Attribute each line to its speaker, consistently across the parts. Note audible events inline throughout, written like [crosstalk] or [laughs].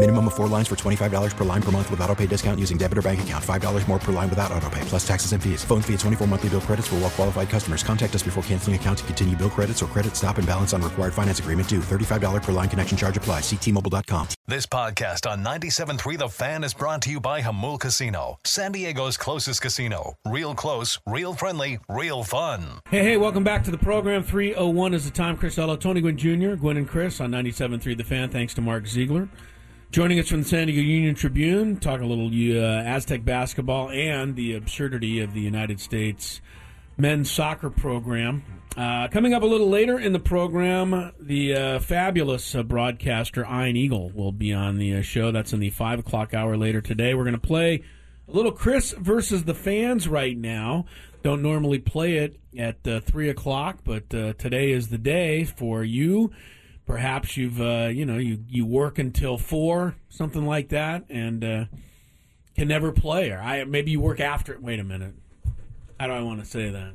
Speaker 1: Minimum of four lines for $25 per line per month with auto pay discount using debit or bank account. $5 more per line without auto pay, plus taxes and fees. Phone fee at 24 monthly bill credits for all well qualified customers. Contact us before canceling account to continue bill credits or credit stop and balance on required finance agreement due. $35 per line connection charge apply. Ctmobile.com.
Speaker 2: This podcast on 97.3 The Fan is brought to you by Hamul Casino, San Diego's closest casino. Real close, real friendly, real fun.
Speaker 3: Hey, hey, welcome back to the program. 301 is the time. Chris Ello, Tony Gwynn Jr., Gwen and Chris on 97.3 The Fan. Thanks to Mark Ziegler. Joining us from the San Diego Union Tribune, talk a little uh, Aztec basketball and the absurdity of the United States men's soccer program. Uh, coming up a little later in the program, the uh, fabulous broadcaster Ian Eagle will be on the uh, show. That's in the 5 o'clock hour later today. We're going to play a little Chris versus the fans right now. Don't normally play it at 3 o'clock, but uh, today is the day for you perhaps you've uh, you know you you work until four something like that and uh, can never play or I maybe you work after wait a minute how do I want to say that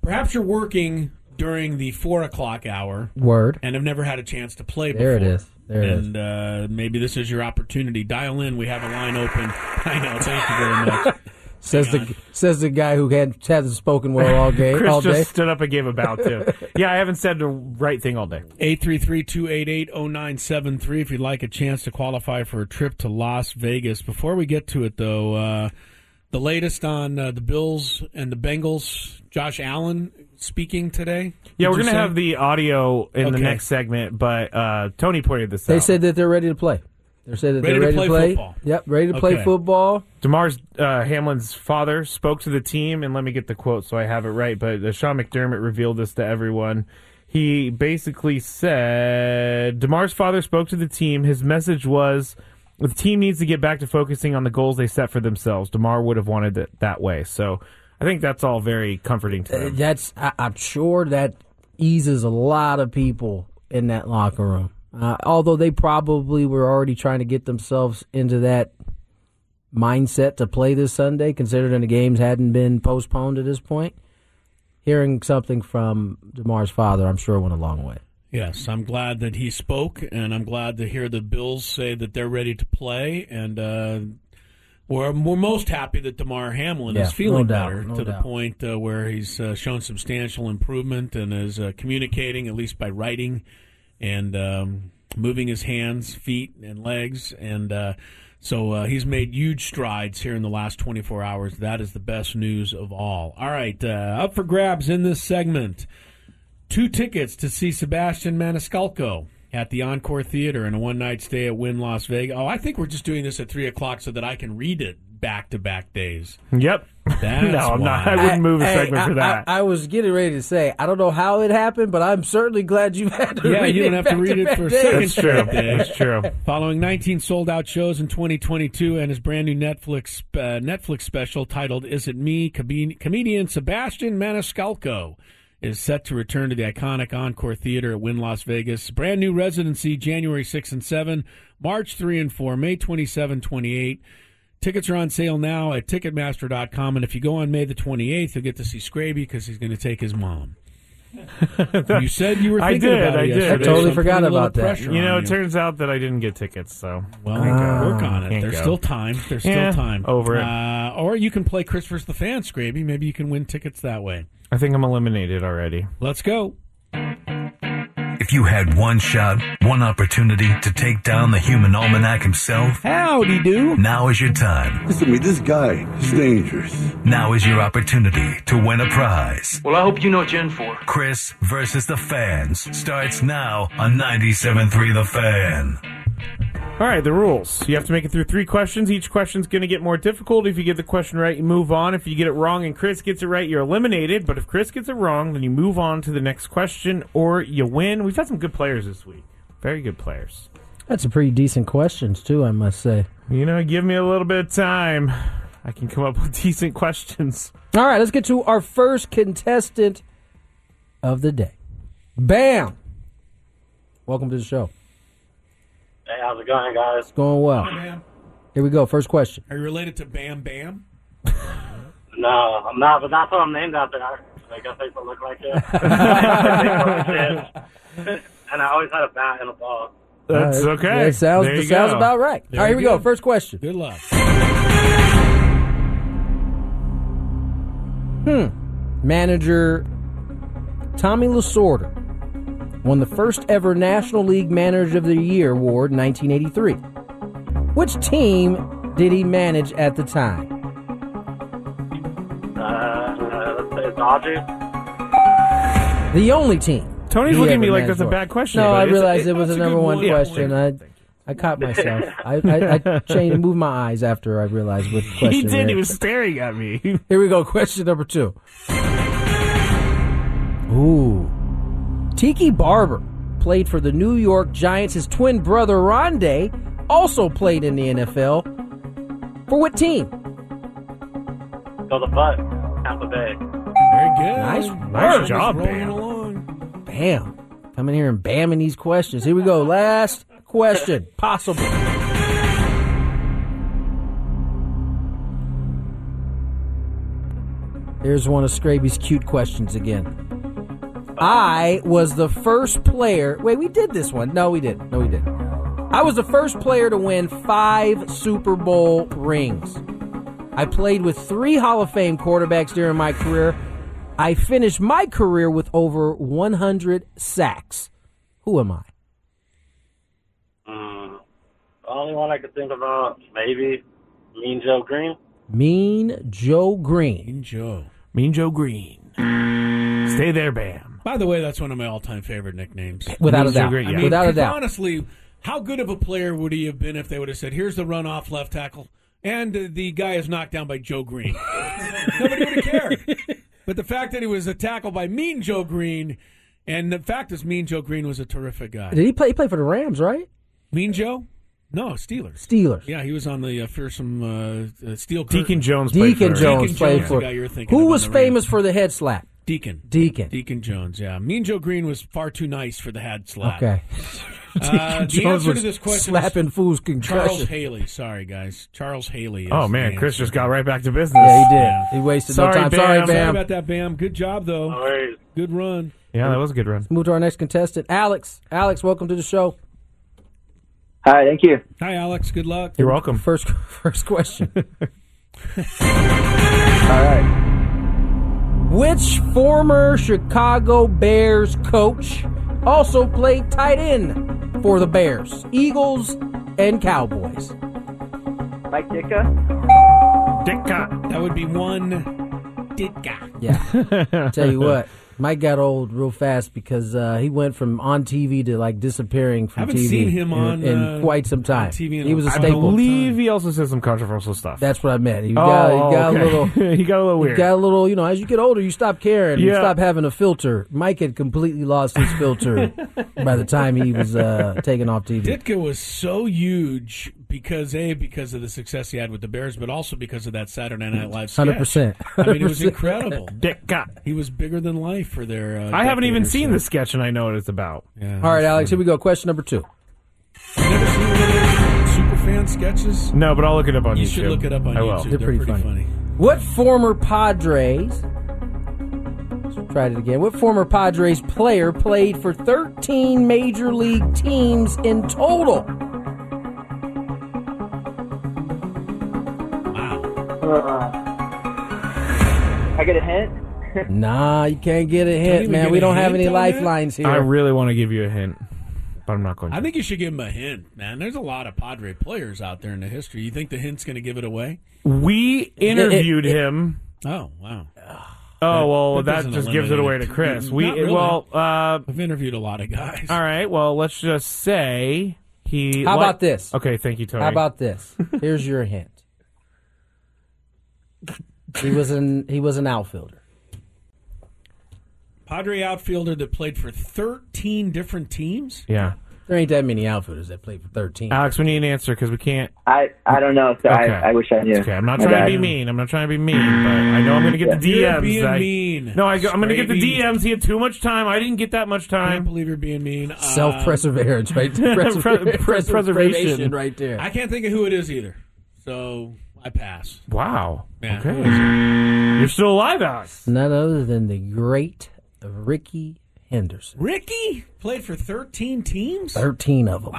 Speaker 3: perhaps you're working during the four o'clock hour
Speaker 4: word
Speaker 3: and have never had a chance to play
Speaker 4: there
Speaker 3: before.
Speaker 4: it is there
Speaker 3: and uh, maybe this is your opportunity dial in we have a line open [laughs] I know thank you very much.
Speaker 4: [laughs] Says
Speaker 3: Hang
Speaker 4: the says the guy who had, hasn't spoken
Speaker 5: [laughs]
Speaker 4: well all day.
Speaker 5: Chris
Speaker 4: all
Speaker 5: just
Speaker 4: day.
Speaker 5: stood up and gave a bow
Speaker 4: [laughs]
Speaker 5: too. yeah, I haven't said the right thing all day.
Speaker 3: 833-288-0973 if you'd like a chance to qualify for a trip to Las Vegas. Before we get to it, though, uh, the latest on uh, the Bills and the Bengals, Josh Allen speaking today.
Speaker 5: Yeah,
Speaker 3: Would
Speaker 5: we're
Speaker 3: you
Speaker 5: gonna
Speaker 3: say?
Speaker 5: have the audio in the
Speaker 3: Okay.
Speaker 5: next segment, but uh, Tony pointed this
Speaker 4: They
Speaker 5: out.
Speaker 4: said that they're ready to play. They said that
Speaker 3: Ready
Speaker 4: they're
Speaker 3: to
Speaker 4: ready
Speaker 3: play
Speaker 4: to play.
Speaker 3: football.
Speaker 4: Yep, ready to play
Speaker 3: Okay.
Speaker 4: football.
Speaker 5: Demar's uh, Hamlin's father spoke to the team, and let me get the quote so I have it right. But uh, Sean McDermott revealed this to everyone. He basically said Demar's father spoke to the team. His message was the team needs to get back to focusing on the goals they set for themselves. Demar would have wanted it that way. So I think that's all very comforting to
Speaker 4: Uh,
Speaker 5: them.
Speaker 4: That's I, I'm
Speaker 5: [laughs]
Speaker 4: sure that eases a lot of people in that locker room. Uh, although they probably were already trying to get themselves into that mindset to play this Sunday, considering the games hadn't been postponed to this point. Hearing something from Demar's father, I'm sure went a long way.
Speaker 3: Yes, I'm glad that he spoke, and I'm glad to hear the Bills say that they're ready to play. And uh, we're, we're most happy that DeMar Hamlin
Speaker 4: Yeah,
Speaker 3: is feeling
Speaker 4: no doubt,
Speaker 3: better
Speaker 4: no
Speaker 3: to the
Speaker 4: doubt.
Speaker 3: point uh, where he's uh, shown substantial improvement and is uh, communicating, at least by writing and um, moving his hands, feet, and legs. And uh, so uh, he's made huge strides here in the last 24 hours. That is the best news of all. All right, uh, up for grabs in this segment two tickets to see Sebastian Maniscalco at the Encore Theater and a one night stay at Wynn Las Vegas. Oh, I think we're just doing this at three o'clock so that I can read it back to back days.
Speaker 5: Yep.
Speaker 3: That's
Speaker 5: no, I'm not. I
Speaker 3: why.
Speaker 5: wouldn't move a
Speaker 4: Hey,
Speaker 5: segment
Speaker 4: I,
Speaker 5: for that.
Speaker 4: I, I was getting ready to say, I don't know how it happened, but I'm certainly glad you had to
Speaker 3: Yeah,
Speaker 4: read
Speaker 3: you don't have to read it
Speaker 4: back-to-back
Speaker 3: for a
Speaker 4: days.
Speaker 3: second
Speaker 5: that's true.
Speaker 3: straight day.
Speaker 5: That's true.
Speaker 3: Following 19 sold out shows in 2022 and his brand new Netflix uh, Netflix special titled Is It Me? Comed- comedian Sebastian Maniscalco is set to return to the iconic Encore Theater at Wynn Las Vegas. Brand new residency January 6 and 7, March 3 and 4, May 27, 28. Tickets are on sale now at Ticketmaster.com. And if you go on May the 28th, you'll get to see Scraby because he's going to take his mom. you said you were [laughs]
Speaker 5: I
Speaker 3: thinking
Speaker 5: did,
Speaker 3: about it
Speaker 5: I
Speaker 3: yesterday,
Speaker 5: did. I
Speaker 3: so
Speaker 4: totally
Speaker 3: I'm putting
Speaker 4: forgot
Speaker 3: a little
Speaker 4: about that.
Speaker 3: pressure
Speaker 5: You
Speaker 3: on
Speaker 5: know, it turns out that I didn't get tickets, so
Speaker 3: well,
Speaker 5: Can't go.
Speaker 3: work on it.
Speaker 5: uh, Can't
Speaker 3: There's
Speaker 5: go.
Speaker 3: still time. There's
Speaker 5: Yeah,
Speaker 3: still time.
Speaker 5: over it.
Speaker 3: Uh, or you can play Chris versus the Fan, Scraby. Maybe you can win tickets that way.
Speaker 5: I think I'm eliminated already.
Speaker 3: Let's go.
Speaker 2: If you had one shot, one opportunity to take down the human almanac himself,
Speaker 3: Howdy do.
Speaker 2: now is your time.
Speaker 6: Listen to me, this guy is dangerous.
Speaker 2: Now is your opportunity to win a prize.
Speaker 7: Well, I hope you know what you're in for.
Speaker 2: Chris versus the fans starts now on 97.3 The Fan.
Speaker 5: All right, the rules. You have to make it through three questions. Each question's going to get more difficult. If you get the question right, you move on. If you get it wrong and Chris gets it right, you're eliminated. But if Chris gets it wrong, then you move on to the next question or you win. We've had some good players this week. Very good players.
Speaker 4: That's a pretty decent questions too, I must say.
Speaker 5: You know, give me a little bit of time. I can come up with [laughs] decent questions.
Speaker 4: All right, let's get to our first contestant of the day. Bam! Welcome to the show.
Speaker 7: Hey, how's it going, guys?
Speaker 4: Going well. Here we go. First question.
Speaker 3: Are you related to Bam Bam?
Speaker 7: [laughs] No, I'm not, but that's what I'm named after. I I guess I used to look like it.
Speaker 4: [laughs]
Speaker 7: [laughs] I used to look like it. and I always had a bat and a ball.
Speaker 5: That's
Speaker 4: All right.
Speaker 5: okay.
Speaker 4: That sounds,
Speaker 5: There
Speaker 4: that
Speaker 5: you
Speaker 4: sounds
Speaker 5: go.
Speaker 4: about right.
Speaker 3: There
Speaker 4: All right, here
Speaker 3: you
Speaker 4: we go.
Speaker 3: go.
Speaker 4: First question.
Speaker 3: Good luck.
Speaker 4: Hmm. Manager Tommy Lasorda won the first ever National League Manager of the Year award in 1983. Which team did he manage at the time?
Speaker 7: Uh, let's say Dodgers.
Speaker 4: The only team.
Speaker 5: Tony's
Speaker 4: he
Speaker 5: looking at
Speaker 4: ever
Speaker 5: me like
Speaker 4: managed
Speaker 5: that's a
Speaker 4: for.
Speaker 5: bad question,
Speaker 4: No,
Speaker 5: but
Speaker 4: I
Speaker 5: it's-
Speaker 4: realized
Speaker 5: it-
Speaker 4: it was
Speaker 3: it's
Speaker 4: a
Speaker 3: a
Speaker 4: number
Speaker 3: good
Speaker 4: one
Speaker 3: one.
Speaker 4: question. I, I
Speaker 5: [laughs]
Speaker 4: caught myself. I, I, I changed, moved my eyes after I realized what
Speaker 5: [laughs]
Speaker 4: question.
Speaker 5: He did.
Speaker 4: it
Speaker 5: He was
Speaker 4: is.
Speaker 5: staring at me.
Speaker 4: Here we go. Question number two. Ooh. Tiki Barber played for the New York Giants. His twin brother, Rondé, also played in the NFL. For what team?
Speaker 7: Go the butt. Tampa Bay.
Speaker 3: Very good.
Speaker 4: Nice
Speaker 5: Nice
Speaker 3: Just
Speaker 5: job,
Speaker 3: rolling
Speaker 5: Bam.
Speaker 3: along.
Speaker 4: Bam. Coming here and bamming these questions. Here we go. Last question. Possible. Here's one of Scraby's cute questions again. I was the first player. Wait, we did this one. No, we didn't. No, we didn't. I was the first player to win five Super Bowl rings. I played with three Hall of Fame quarterbacks during my career. I finished my career with over 100 sacks. Who am I?
Speaker 7: Mm. The only one I could think about, maybe, Mean Joe Green.
Speaker 4: Mean Joe Green.
Speaker 3: In Joe.
Speaker 5: Oh. mean Joe Green. Stay there, Bam.
Speaker 3: By the way, that's one of my all-time favorite nicknames.
Speaker 4: Without a
Speaker 5: Mean Joe
Speaker 4: doubt.
Speaker 5: Green, yeah.
Speaker 3: I mean,
Speaker 4: Without a
Speaker 3: 'cause
Speaker 4: doubt.
Speaker 3: Honestly, how good of a player would he have been if they would have said, "Here's the runoff left tackle," and uh, the guy is knocked down by Joe
Speaker 4: [laughs]
Speaker 3: Green. Nobody would have cared. But the fact that he was a tackle by Mean Joe Green, and the fact is, Mean Joe Green was a terrific guy.
Speaker 4: Did he play, he play for the Rams, right?
Speaker 3: Mean Joe? No, Steelers.
Speaker 4: Steelers.
Speaker 3: Yeah, he was on the uh, fearsome uh, uh, Steel Curtain.
Speaker 5: Deacon Jones. played
Speaker 4: Deacon
Speaker 5: for-
Speaker 4: Jones
Speaker 3: Jones
Speaker 4: played
Speaker 3: is
Speaker 4: for.
Speaker 3: the guy you're thinking
Speaker 4: Who
Speaker 3: of
Speaker 4: was
Speaker 3: on the Rams.
Speaker 4: famous for the head slap?
Speaker 3: Deacon.
Speaker 4: Deacon.
Speaker 3: Deacon Jones, yeah. Mean Joe Green was far too nice for the had slap.
Speaker 4: Okay. [laughs]
Speaker 3: Uh, the
Speaker 5: Jones
Speaker 3: answer to
Speaker 5: was
Speaker 3: this question is
Speaker 4: Slapping fools
Speaker 3: Charles
Speaker 4: concussion.
Speaker 3: Haley. Sorry, guys. Charles Haley. Is
Speaker 5: Oh man,
Speaker 3: the
Speaker 5: Chris
Speaker 3: answer.
Speaker 5: just got right back to business.
Speaker 4: Yeah, he did.
Speaker 3: Yeah.
Speaker 4: He wasted
Speaker 5: Sorry,
Speaker 4: no time.
Speaker 5: Bam.
Speaker 4: Sorry,
Speaker 3: Sorry
Speaker 4: Bam.
Speaker 3: about that, Bam. Good job,
Speaker 7: No
Speaker 3: though.
Speaker 7: worries.
Speaker 3: Good run.
Speaker 5: Yeah, that was a good run.
Speaker 4: Move to our next contestant, Alex. Alex, welcome to the show.
Speaker 8: Hi, thank you.
Speaker 3: Hi, Alex. Good luck.
Speaker 5: You're welcome.
Speaker 4: First, [laughs] first question.
Speaker 8: All right.
Speaker 4: Which former Chicago Bears coach also played tight end for the Bears, Eagles, and Cowboys?
Speaker 8: Mike Ditka?
Speaker 5: Dicka.
Speaker 3: That would be one ditka.
Speaker 4: Yeah. Tell you what, Mike got old real fast because uh, he went from on TV to like disappearing from
Speaker 3: Haven't
Speaker 4: TV
Speaker 3: seen him
Speaker 4: in,
Speaker 3: on,
Speaker 4: in
Speaker 3: uh,
Speaker 4: quite some
Speaker 3: on
Speaker 4: time.
Speaker 3: TV in
Speaker 4: he
Speaker 3: a-
Speaker 4: was a
Speaker 3: I
Speaker 5: I
Speaker 4: staple.
Speaker 5: believe he also said some controversial stuff.
Speaker 4: That's what I meant. He
Speaker 5: oh,
Speaker 4: got, he got
Speaker 5: okay.
Speaker 4: a
Speaker 5: [laughs]
Speaker 4: little.
Speaker 5: he got a little
Speaker 4: You
Speaker 5: weird.
Speaker 4: got a little, you know, as you get older, you stop caring. You
Speaker 5: Yeah.
Speaker 4: stop having a filter. Mike had completely lost his
Speaker 5: [laughs]
Speaker 4: filter by the time he was uh, taken off TV.
Speaker 3: Ditka was so huge because a because of the success he had with the Bears, but also because of that Saturday Night Live. sketch.
Speaker 4: 100%.
Speaker 3: I mean, it
Speaker 4: [laughs]
Speaker 3: was
Speaker 4: 100%.
Speaker 3: incredible.
Speaker 5: Dicka.
Speaker 3: He was bigger than life for their. Uh,
Speaker 5: I haven't
Speaker 3: decade
Speaker 5: even
Speaker 3: or
Speaker 5: seen
Speaker 3: so.
Speaker 5: the sketch, and I know what it's about.
Speaker 3: Yeah.
Speaker 4: All right, Alex, here we go. Question number two.
Speaker 3: You've never seen one of those super fan sketches.
Speaker 5: No, but I'll look it up on
Speaker 3: You
Speaker 5: YouTube.
Speaker 3: should look it up on
Speaker 5: I will.
Speaker 3: YouTube.
Speaker 4: They're pretty funny.
Speaker 3: funny.
Speaker 4: What former Padres? Let's try it again. What former Padres player played for 13 major league teams in total?
Speaker 8: Uh, I get a hint?
Speaker 4: Nah, you can't get a hint,
Speaker 3: even
Speaker 4: man.
Speaker 3: get
Speaker 4: We
Speaker 3: a
Speaker 4: don't have
Speaker 3: hint
Speaker 4: any
Speaker 3: on that?
Speaker 4: lifelines here.
Speaker 5: I really want to give you a hint, but I'm not going. to.
Speaker 3: I think you should give him a hint, man. There's a lot of Padre players out there in the history. You think the hint's going to give it away?
Speaker 5: we interviewed him.
Speaker 3: Oh,
Speaker 4: [sighs]
Speaker 3: wow.
Speaker 5: Oh well,
Speaker 3: that
Speaker 5: that,
Speaker 3: doesn't
Speaker 5: just gives it away
Speaker 3: eliminate
Speaker 5: to
Speaker 3: it.
Speaker 5: Chris.
Speaker 3: Mm,
Speaker 5: We
Speaker 3: not really.
Speaker 5: well, uh,
Speaker 3: I've interviewed a lot of guys.
Speaker 5: all right. Well, let's just say He.
Speaker 4: How
Speaker 5: li-
Speaker 4: about this?
Speaker 5: Okay, thank you, Tony.
Speaker 4: How about this? Here's your hint. He was an he was an outfielder.
Speaker 3: Padre outfielder that played for 13 different teams?
Speaker 5: Yeah. Uh,
Speaker 4: There ain't that many outfielders that played for thirteen.
Speaker 5: Alex, we need an answer because we can't.
Speaker 3: Ah,
Speaker 8: I, I don't know. So I, I wish I knew.
Speaker 5: Okay, I'm not
Speaker 8: My
Speaker 5: trying
Speaker 8: bad.
Speaker 5: to be mean. I'm not trying to be mean, but I know I'm going to get the
Speaker 3: You're
Speaker 5: DMs.
Speaker 3: being
Speaker 5: I-
Speaker 3: mean.
Speaker 5: No, I go, I'm going to get the
Speaker 3: Straight mean.
Speaker 5: DMs. He had too much time. I didn't get that much time. I can't
Speaker 3: believe you're being mean. Uh,
Speaker 5: Um,
Speaker 4: Self preservation, right?
Speaker 5: [laughs]
Speaker 4: Preserva-
Speaker 5: Pre-
Speaker 4: preservation, right there.
Speaker 3: I can't think of who it is either. So I pass.
Speaker 5: Wow.
Speaker 3: Yeah.
Speaker 5: Okay. You're still alive, Alex.
Speaker 4: None other than the great Ricky Henderson.
Speaker 3: Ricky played for 13 teams?
Speaker 4: Thirteen of them.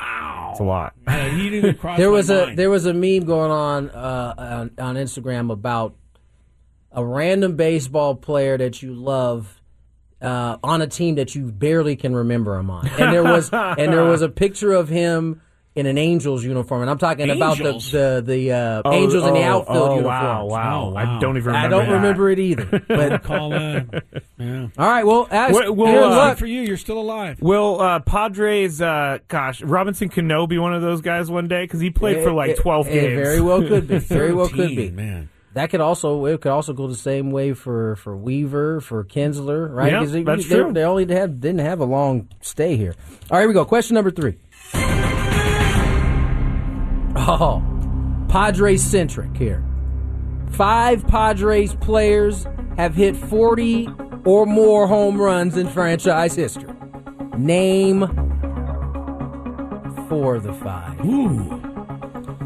Speaker 5: It's a lot.
Speaker 3: Uh, he didn't even cross
Speaker 4: [laughs] there
Speaker 3: my
Speaker 4: was a
Speaker 3: mind.
Speaker 4: there was a meme going on, uh, on on Instagram about a random baseball player that you love uh, on a team that you barely can remember him on, and
Speaker 5: [laughs]
Speaker 4: there was and there was a picture of him in an Angels uniform, and I'm talking
Speaker 5: Angels?
Speaker 4: about the the, the uh,
Speaker 5: Oh,
Speaker 4: Angels in the
Speaker 5: oh,
Speaker 4: outfield
Speaker 5: oh,
Speaker 4: uniform.
Speaker 5: wow, wow. Oh, I don't even
Speaker 4: I
Speaker 5: remember
Speaker 4: don't
Speaker 5: that.
Speaker 4: remember it
Speaker 3: [laughs]
Speaker 4: either. But
Speaker 3: call
Speaker 4: [laughs]
Speaker 3: in. Yeah.
Speaker 4: All right, well, Alex,
Speaker 5: Well, well,
Speaker 4: good
Speaker 5: uh,
Speaker 4: luck.
Speaker 3: for you. You're still alive.
Speaker 5: Will uh, Padres, uh, gosh, Robinson Cano be one of those guys one day? Because he played for like
Speaker 4: It- it-
Speaker 5: 12
Speaker 4: it
Speaker 5: games.
Speaker 4: very well could be. Very
Speaker 5: [laughs]
Speaker 4: well could be.
Speaker 3: 13, [laughs] man.
Speaker 4: That could also it could also go the same way for, for Weaver for Kinsler, right?
Speaker 5: Yeah,
Speaker 4: 'Cause they,
Speaker 5: that's
Speaker 4: they-
Speaker 5: true.
Speaker 4: They only had didn't have a long stay here. All right, here we go. Question number three. Oh, Padres centric here. Five Padres players have hit forty or more home runs in franchise history. Name four of the five.
Speaker 3: Ooh.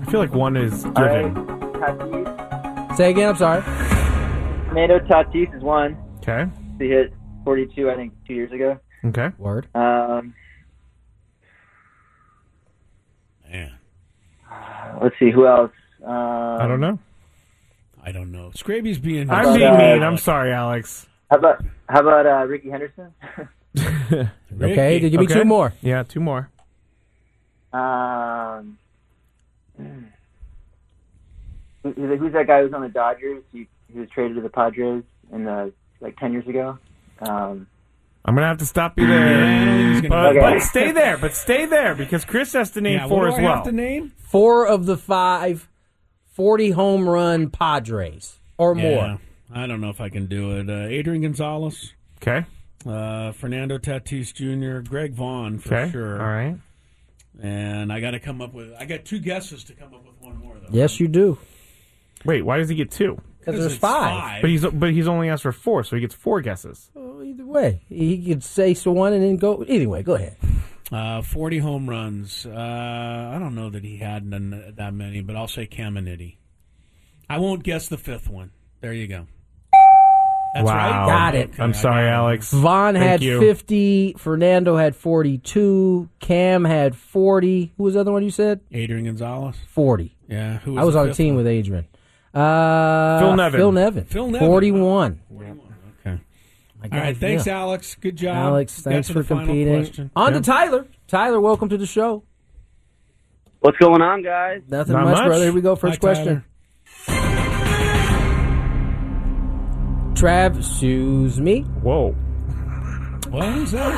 Speaker 5: I feel like one is given.
Speaker 8: Tatis,
Speaker 4: Say again. I'm sorry.
Speaker 8: Tomato Tatis is one.
Speaker 5: Okay.
Speaker 8: He hit 42, I think, two years ago.
Speaker 5: Okay.
Speaker 4: Word.
Speaker 8: Um,
Speaker 3: Man.
Speaker 8: let's see who else. Um, I
Speaker 5: don't know.
Speaker 3: I don't know. Scraby's being.
Speaker 5: I'm being mean. I'm sorry, Alex.
Speaker 8: How about how about uh,
Speaker 5: [laughs]
Speaker 8: Ricky Henderson? [laughs]
Speaker 4: Okay,
Speaker 5: Ricky.
Speaker 4: give me
Speaker 5: Okay.
Speaker 4: two more.
Speaker 5: Yeah, two more.
Speaker 8: Um, who- who- who's that guy who's on the Dodgers? He, he was traded to the Padres in the like ten years ago. Um,
Speaker 5: I'm going to have to stop you there. but,
Speaker 8: Okay.
Speaker 5: but stay there. But stay there because Chris has to name
Speaker 3: Yeah,
Speaker 5: four
Speaker 3: what do
Speaker 5: as
Speaker 3: I
Speaker 5: well.
Speaker 3: have to name?
Speaker 4: Four of the five 40 home run Padres or
Speaker 3: Yeah.
Speaker 4: more.
Speaker 3: I don't know if I can do it. Uh, Adrian Gonzalez.
Speaker 5: Okay.
Speaker 3: Uh, Fernando Tatis Jr., Greg Vaughn for
Speaker 5: Okay.
Speaker 3: sure.
Speaker 5: All right.
Speaker 3: And I got to come up with. I got two guesses to come up with one more though.
Speaker 4: Yes, you do.
Speaker 5: Wait, why does he get two?
Speaker 4: Because there's
Speaker 3: it's
Speaker 4: five.
Speaker 5: But he's but he's only asked for four, so he gets four guesses.
Speaker 4: Well, Either way, he could say so one and then go. Anyway, go ahead.
Speaker 3: Uh, Forty home runs. Uh, I don't know that he had none, that many, but I'll say Caminiti. I won't guess the fifth one. There you go. That's
Speaker 5: wow.
Speaker 3: right.
Speaker 4: Got it.
Speaker 3: Okay, I
Speaker 5: I'm
Speaker 3: got
Speaker 5: sorry,
Speaker 3: it.
Speaker 5: Alex.
Speaker 4: Vaughn
Speaker 5: Thank
Speaker 4: had
Speaker 5: you.
Speaker 4: 50. Fernando had 42. Cam had 40. Who was the other one you said?
Speaker 3: Adrian Gonzalez.
Speaker 4: 40.
Speaker 3: Yeah, who
Speaker 4: I was
Speaker 3: the
Speaker 4: on a
Speaker 3: fifth
Speaker 4: team
Speaker 3: one?
Speaker 4: with Adrian. Uh,
Speaker 5: Phil Nevin.
Speaker 4: Phil Nevin.
Speaker 3: Phil Nevin.
Speaker 4: 41.
Speaker 3: Okay.
Speaker 4: My
Speaker 3: All right.
Speaker 4: God,
Speaker 3: Thanks,
Speaker 4: yeah.
Speaker 3: Alex. Good job,
Speaker 4: Alex,
Speaker 3: Got
Speaker 4: thanks
Speaker 3: to
Speaker 4: for
Speaker 3: the final
Speaker 4: competing.
Speaker 3: question.
Speaker 4: On
Speaker 5: Yeah.
Speaker 4: to Tyler. Tyler, welcome to the show.
Speaker 8: What's going on, guys?
Speaker 4: Nothing
Speaker 5: Not
Speaker 4: much,
Speaker 5: much.
Speaker 4: brother. Here we go. First
Speaker 3: Hi,
Speaker 4: question. Trav, excuse me.
Speaker 5: Whoa.
Speaker 3: What was that?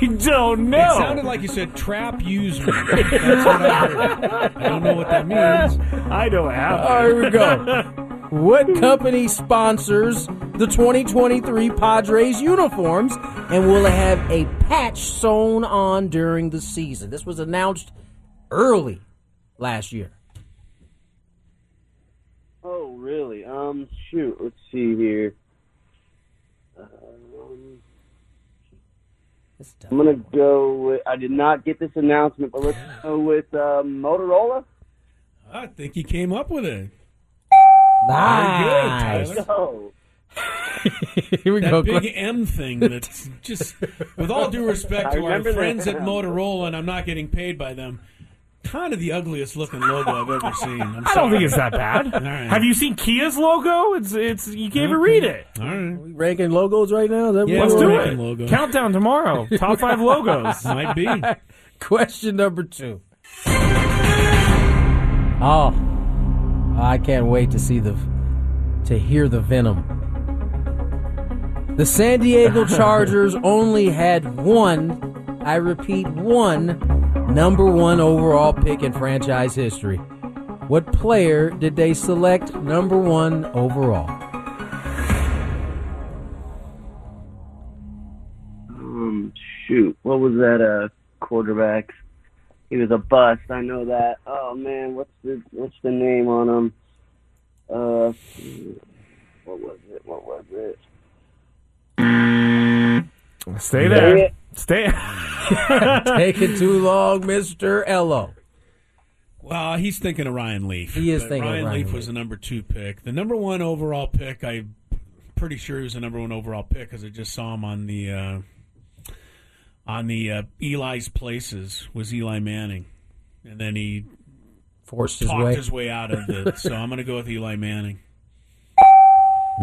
Speaker 4: [laughs]
Speaker 5: I don't know.
Speaker 3: It sounded like you said "trap use me." That's what I heard. I don't know what that means.
Speaker 5: I don't have.
Speaker 4: All right, here
Speaker 5: [laughs]
Speaker 4: we go. what company sponsors the 2023 Padres uniforms and will have a patch sewn on during the season? This was announced early last year.
Speaker 8: Oh, really? Um, shoot. Let's see here.
Speaker 9: Uh,
Speaker 8: Um,
Speaker 4: It's
Speaker 8: I'm
Speaker 4: tough.
Speaker 8: gonna go with. I did not get this announcement, but let's go with
Speaker 9: uh,
Speaker 8: um, Motorola.
Speaker 3: I think he came up with it.
Speaker 4: Nice.
Speaker 3: Very good, Tyler.
Speaker 8: No.
Speaker 4: [laughs] Here we
Speaker 3: That
Speaker 4: Glenn.
Speaker 3: big M thing
Speaker 4: [laughs]
Speaker 3: that's just, with all due respect
Speaker 8: I
Speaker 3: to our
Speaker 8: remember that
Speaker 3: friends at
Speaker 8: now.
Speaker 3: Motorola, and I'm not getting paid by them, kind of the ugliest looking logo I've ever seen. I'm
Speaker 5: I don't think
Speaker 3: sorry.
Speaker 5: it's
Speaker 3: [laughs]
Speaker 5: that bad.
Speaker 3: right. Mm-hmm.
Speaker 5: Have you seen Kia's logo? It's it's. You can't even read it.
Speaker 3: All right.
Speaker 4: We ranking logos right now? Is that
Speaker 3: Yeah,
Speaker 4: what
Speaker 5: Let's
Speaker 3: we're
Speaker 4: we're
Speaker 5: do
Speaker 4: doing?
Speaker 5: it.
Speaker 3: making logo.
Speaker 5: Countdown tomorrow. Top five [laughs] logos.
Speaker 3: Might be.
Speaker 4: [laughs] Question number two. Oh, I can't wait to see the to hear the venom. The San [laughs] Diego Chargers only had one, I repeat, one number one overall pick in franchise history. What player did they select number one overall?
Speaker 9: Um, shoot, what was that? Uh, quarterback. He was a bust. I know that. Oh man, what's the what's the name on him? Uh, what was it? What was it?
Speaker 5: Stay there.
Speaker 9: Yeah.
Speaker 5: Stay. [laughs]
Speaker 4: [laughs] Taking too long, Mister Ello.
Speaker 3: Well, he's thinking of Ryan Leaf.
Speaker 4: He is
Speaker 3: But
Speaker 4: thinking of
Speaker 3: Ryan
Speaker 4: Ryan
Speaker 3: Leaf was the number two pick. The number one overall pick, I'm pretty sure he was the number one overall pick because I just saw him on the uh, on the uh, Eli's places was Eli Manning, and then he
Speaker 4: Forced his
Speaker 3: talked
Speaker 4: way.
Speaker 3: his way out of it. so I'm going to go with Eli Manning.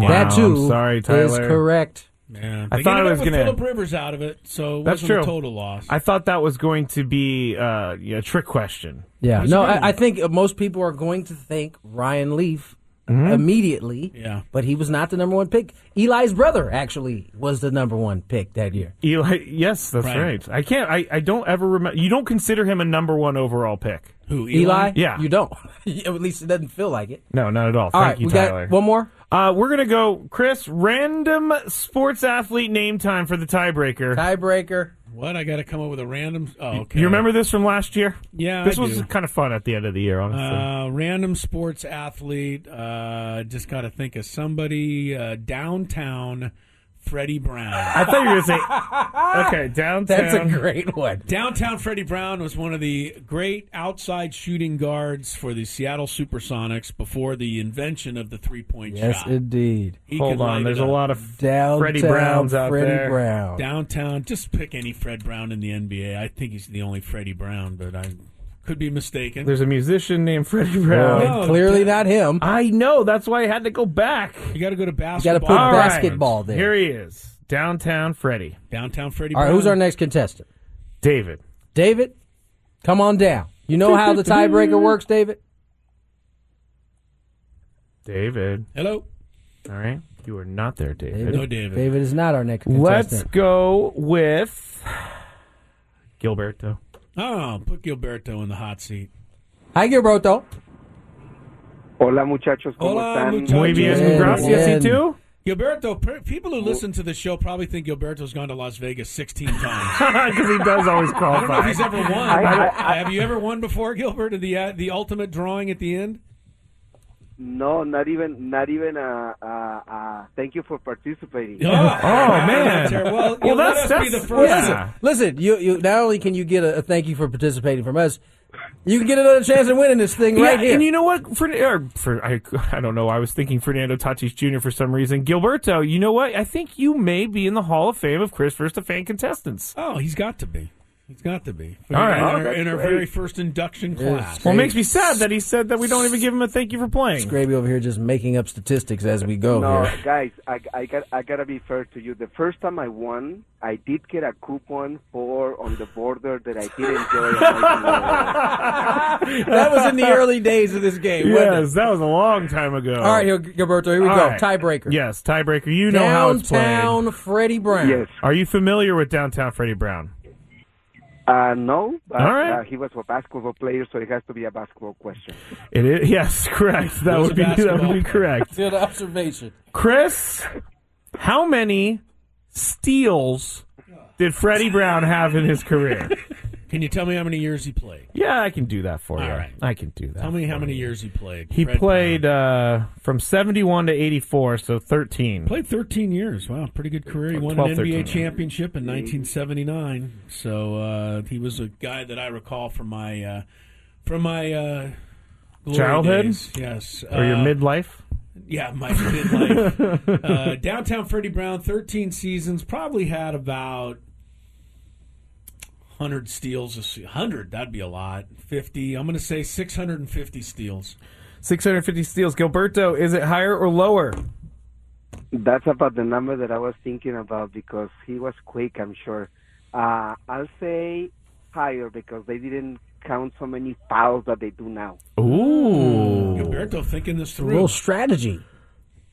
Speaker 4: that
Speaker 5: Wow,
Speaker 4: too
Speaker 5: I'm sorry, Tyler.
Speaker 4: is correct.
Speaker 3: Yeah,
Speaker 5: I thought it was
Speaker 3: going to
Speaker 5: gonna.
Speaker 3: Philip Rivers out of it, so it
Speaker 5: That's
Speaker 3: wasn't
Speaker 5: true.
Speaker 3: a total loss.
Speaker 5: I thought that was going to be uh, yeah, a trick question.
Speaker 4: Yeah, no, I, I think most people are going to think Ryan Leaf Mm-hmm.
Speaker 5: Mhm.
Speaker 4: immediately.
Speaker 5: Yeah.
Speaker 4: but he was not the number one pick. Eli's brother actually was the number one pick that year.
Speaker 5: Eli, yes, that's
Speaker 4: Right.
Speaker 5: right. I can't. I, I don't ever remember. You don't consider him a number one overall pick.
Speaker 3: Who
Speaker 4: Eli?
Speaker 5: Yeah.
Speaker 4: you don't. [laughs] At least it doesn't feel like it.
Speaker 5: No, not at all.
Speaker 4: All
Speaker 5: Thank
Speaker 4: right,
Speaker 5: you,
Speaker 4: we got
Speaker 5: Tyler.
Speaker 4: one more.
Speaker 5: Uh, we're gonna go, Chris. Random sports athlete name time for the tiebreaker.
Speaker 4: Tiebreaker.
Speaker 3: What I got to come up with a random. Oh, okay.
Speaker 5: You remember this from last year?
Speaker 3: Yeah,
Speaker 5: this
Speaker 3: I
Speaker 5: was
Speaker 3: do.
Speaker 5: kind of fun at the end of the year, honestly.
Speaker 3: Uh, random sports athlete. Uh, just got to think of somebody uh, downtown. Freddie Brown.
Speaker 5: I thought you were gonna say okay
Speaker 4: [laughs]
Speaker 5: downtown.
Speaker 4: great one.
Speaker 3: Downtown Freddie Brown was one of the great outside shooting guards for the Seattle Supersonics before the invention of the three-point
Speaker 4: Yes,
Speaker 3: shot.
Speaker 4: indeed.
Speaker 3: He Hold can on, light it there's a up. lot of
Speaker 4: Downtown
Speaker 5: Freddie Browns out
Speaker 4: Freddie
Speaker 5: there.
Speaker 4: Brown.
Speaker 3: Downtown, just pick any Fred Brown in the NBA. I think he's the only Freddie Brown, but I could be mistaken.
Speaker 5: There's a musician named Freddie Brown.
Speaker 3: No, Uh, Oh, Clearly
Speaker 4: not him.
Speaker 5: I know. That's why I had to go back.
Speaker 3: You got to go to
Speaker 4: You
Speaker 3: basketball.
Speaker 4: got to put
Speaker 5: All right.
Speaker 4: basketball there.
Speaker 5: Here he is, downtown Freddie.
Speaker 3: Downtown Freddie.
Speaker 4: All right,
Speaker 3: Brown.
Speaker 4: who's our next contestant?
Speaker 5: David.
Speaker 4: David, come on down. You know how
Speaker 3: [laughs]
Speaker 4: the tiebreaker works, David?
Speaker 5: David.
Speaker 3: Hello.
Speaker 5: All right. You are not there, David.
Speaker 4: David is not our next contestant.
Speaker 5: Let's go with Gilberto.
Speaker 3: Oh, put Gilberto in the hot seat.
Speaker 4: Hi, Gilberto.
Speaker 10: Hola, muchachos. ¿Cómo
Speaker 3: Hola,
Speaker 10: están?
Speaker 3: muchachos.
Speaker 4: bien.
Speaker 5: too?
Speaker 3: Gilberto, per- people who listen to the show probably think Gilberto's gone to Las Vegas 16
Speaker 5: [laughs]
Speaker 3: times.
Speaker 5: Because he does always
Speaker 3: I
Speaker 5: qualify.
Speaker 3: don't know if he's ever won.
Speaker 5: I- I-
Speaker 3: Have you ever won before, Gilbert? The uh, the ultimate drawing at the end.
Speaker 10: No, not even, not even. Uh, uh, uh, thank you for participating.
Speaker 5: Oh, man.
Speaker 3: Well,
Speaker 5: Well,
Speaker 3: let
Speaker 5: that's-
Speaker 3: us be
Speaker 5: that's-
Speaker 3: the first.
Speaker 5: yeah.
Speaker 4: Listen, you, you not only can you get a, a thank you for participating from us, you can get another chance at winning this thing right
Speaker 5: yeah,
Speaker 4: here.
Speaker 5: and you know what? For, uh, or for I, [laughs] I don't know. I was thinking Fernando Tatis Jr. for some reason. Gilberto, you know what? I think you may be in the Hall of Fame of Chris First Fan contestants.
Speaker 3: Oh, he's got to be. He's got to be.
Speaker 5: All right.
Speaker 3: In
Speaker 5: Oh,
Speaker 3: our,
Speaker 5: that's
Speaker 3: in our
Speaker 5: great.
Speaker 3: very first induction
Speaker 4: Yeah, it's
Speaker 3: class.
Speaker 4: great.
Speaker 5: Well, it makes me sad that he said that we don't even give him a thank you for playing.
Speaker 4: Scraby over here just making up statistics as we go.
Speaker 10: No,
Speaker 4: here.
Speaker 10: guys, I, I got, I gotta be fair to you. The first time I won, I did get a coupon for on the border that I did enjoy.
Speaker 3: [laughs]
Speaker 4: that was in the early days of this game. wasn't it?
Speaker 5: Yes, that was a long time ago.
Speaker 4: All right, here, Gilberto. Here we
Speaker 5: All
Speaker 4: go.
Speaker 5: right.
Speaker 4: Tiebreaker.
Speaker 5: Yes, tiebreaker. You know how it's played.
Speaker 4: Downtown Freddie Brown.
Speaker 10: Yes.
Speaker 5: Are you familiar with Downtown Freddie Brown?
Speaker 10: Uh, no, but
Speaker 5: All right.
Speaker 10: uh, he was a basketball player, so it has to be a basketball question.
Speaker 5: It is [laughs] yes, correct. That
Speaker 10: He was
Speaker 5: would
Speaker 10: a
Speaker 5: be that would
Speaker 10: basketball
Speaker 5: be
Speaker 10: player.
Speaker 5: correct.
Speaker 4: Good observation.
Speaker 5: Chris, how many steals did Freddie Brown have in his career?
Speaker 3: Can you tell me how many years he played?
Speaker 5: Yeah, I can do that for
Speaker 3: All
Speaker 5: you.
Speaker 3: right.
Speaker 5: I can do that.
Speaker 3: Tell me how
Speaker 5: for
Speaker 3: many
Speaker 5: you.
Speaker 3: years he played.
Speaker 5: He
Speaker 3: Fred
Speaker 5: played uh, from seventy one to eighty four, so thirteen.
Speaker 3: Played 13 years. Wow, pretty good career. He won
Speaker 5: 12,
Speaker 3: an
Speaker 5: 13,
Speaker 3: NBA
Speaker 5: yeah.
Speaker 3: championship in 1979. So uh, he was a guy that I recall from my uh, from my uh, glory
Speaker 5: Childhood?
Speaker 3: days. Yes,
Speaker 5: Or your
Speaker 3: Uh,
Speaker 5: midlife?
Speaker 3: Yeah, my
Speaker 5: [laughs]
Speaker 3: midlife.
Speaker 4: [laughs]
Speaker 3: uh, downtown Freddie Brown, 13 seasons. Probably had about 100 steals. A se- 100, that'd be a lot. 50. I'm going to say 650 steals.
Speaker 5: Six hundred fifty steals. Gilberto, is it higher or lower?
Speaker 10: That's about the number that I was thinking about because he was quick, I'm sure. Uh, I'll say higher because they didn't count so many fouls that they do now.
Speaker 5: Ooh.
Speaker 3: Gilberto thinking this
Speaker 4: A
Speaker 3: through.
Speaker 4: little strategy.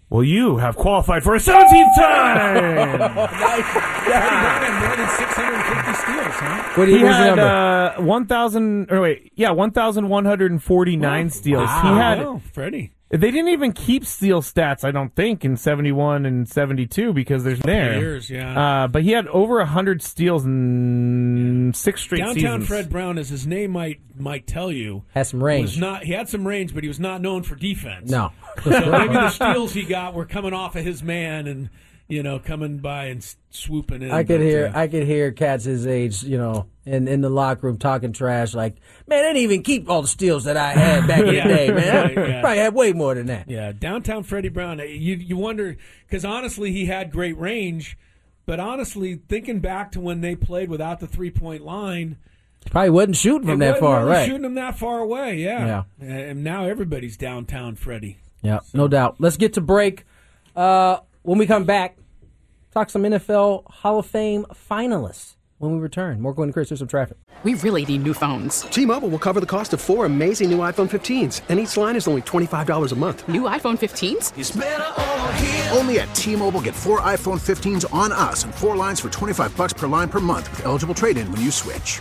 Speaker 5: Well, you have qualified for a 17th [laughs]
Speaker 4: [laughs]
Speaker 5: time.
Speaker 3: more than 650 steals, huh?
Speaker 5: he had uh, 1,000, or wait, yeah, 1,149 steals. He had
Speaker 3: Wow, Freddie.
Speaker 5: They didn't even keep steal stats, I don't think, in 71 and 72 because there's there.
Speaker 3: years, yeah.
Speaker 5: Uh, but he had over 100 steals in six straight
Speaker 3: Downtown
Speaker 5: seasons.
Speaker 3: Fred Brown, as his name might might tell you,
Speaker 4: Has some range.
Speaker 3: Was not he had some range, but he was not known for defense.
Speaker 4: No.
Speaker 3: [laughs] so maybe the steals he got were coming off of his man, and you know, coming by and s- swooping in.
Speaker 4: I could
Speaker 3: but,
Speaker 4: hear
Speaker 3: uh,
Speaker 4: I could hear cats his age, you know, in, in the locker room talking trash like, Man, I didn't even keep all the steals that I had back in the
Speaker 3: Yeah.
Speaker 4: day, man.
Speaker 3: [laughs] Right, yeah.
Speaker 4: Probably had way more than that.
Speaker 3: yeah, downtown Freddie Brown. uh, You you wonder because honestly, he had great range, but honestly, thinking back to when they played without the three point line.
Speaker 4: Probably wasn't shooting from
Speaker 3: it
Speaker 4: that
Speaker 3: wasn't
Speaker 4: far,
Speaker 3: really
Speaker 4: right?
Speaker 3: Shooting him that far away, yeah. yeah. And now everybody's downtown Freddie.
Speaker 4: Yeah, no doubt. Let's get to break. Uh, when we come back, talk some NFL Hall of Fame finalists when we return. More going to Chris, there's some traffic.
Speaker 11: We really need new phones. T-Mobile will cover the cost of four amazing new iPhone 15s, and each line is only $25 a month.
Speaker 12: New iPhone 15s?
Speaker 13: Only at T-Mobile, get four iPhone 15s on us and four lines for 25 bucks per line per month with eligible trade-in when you switch.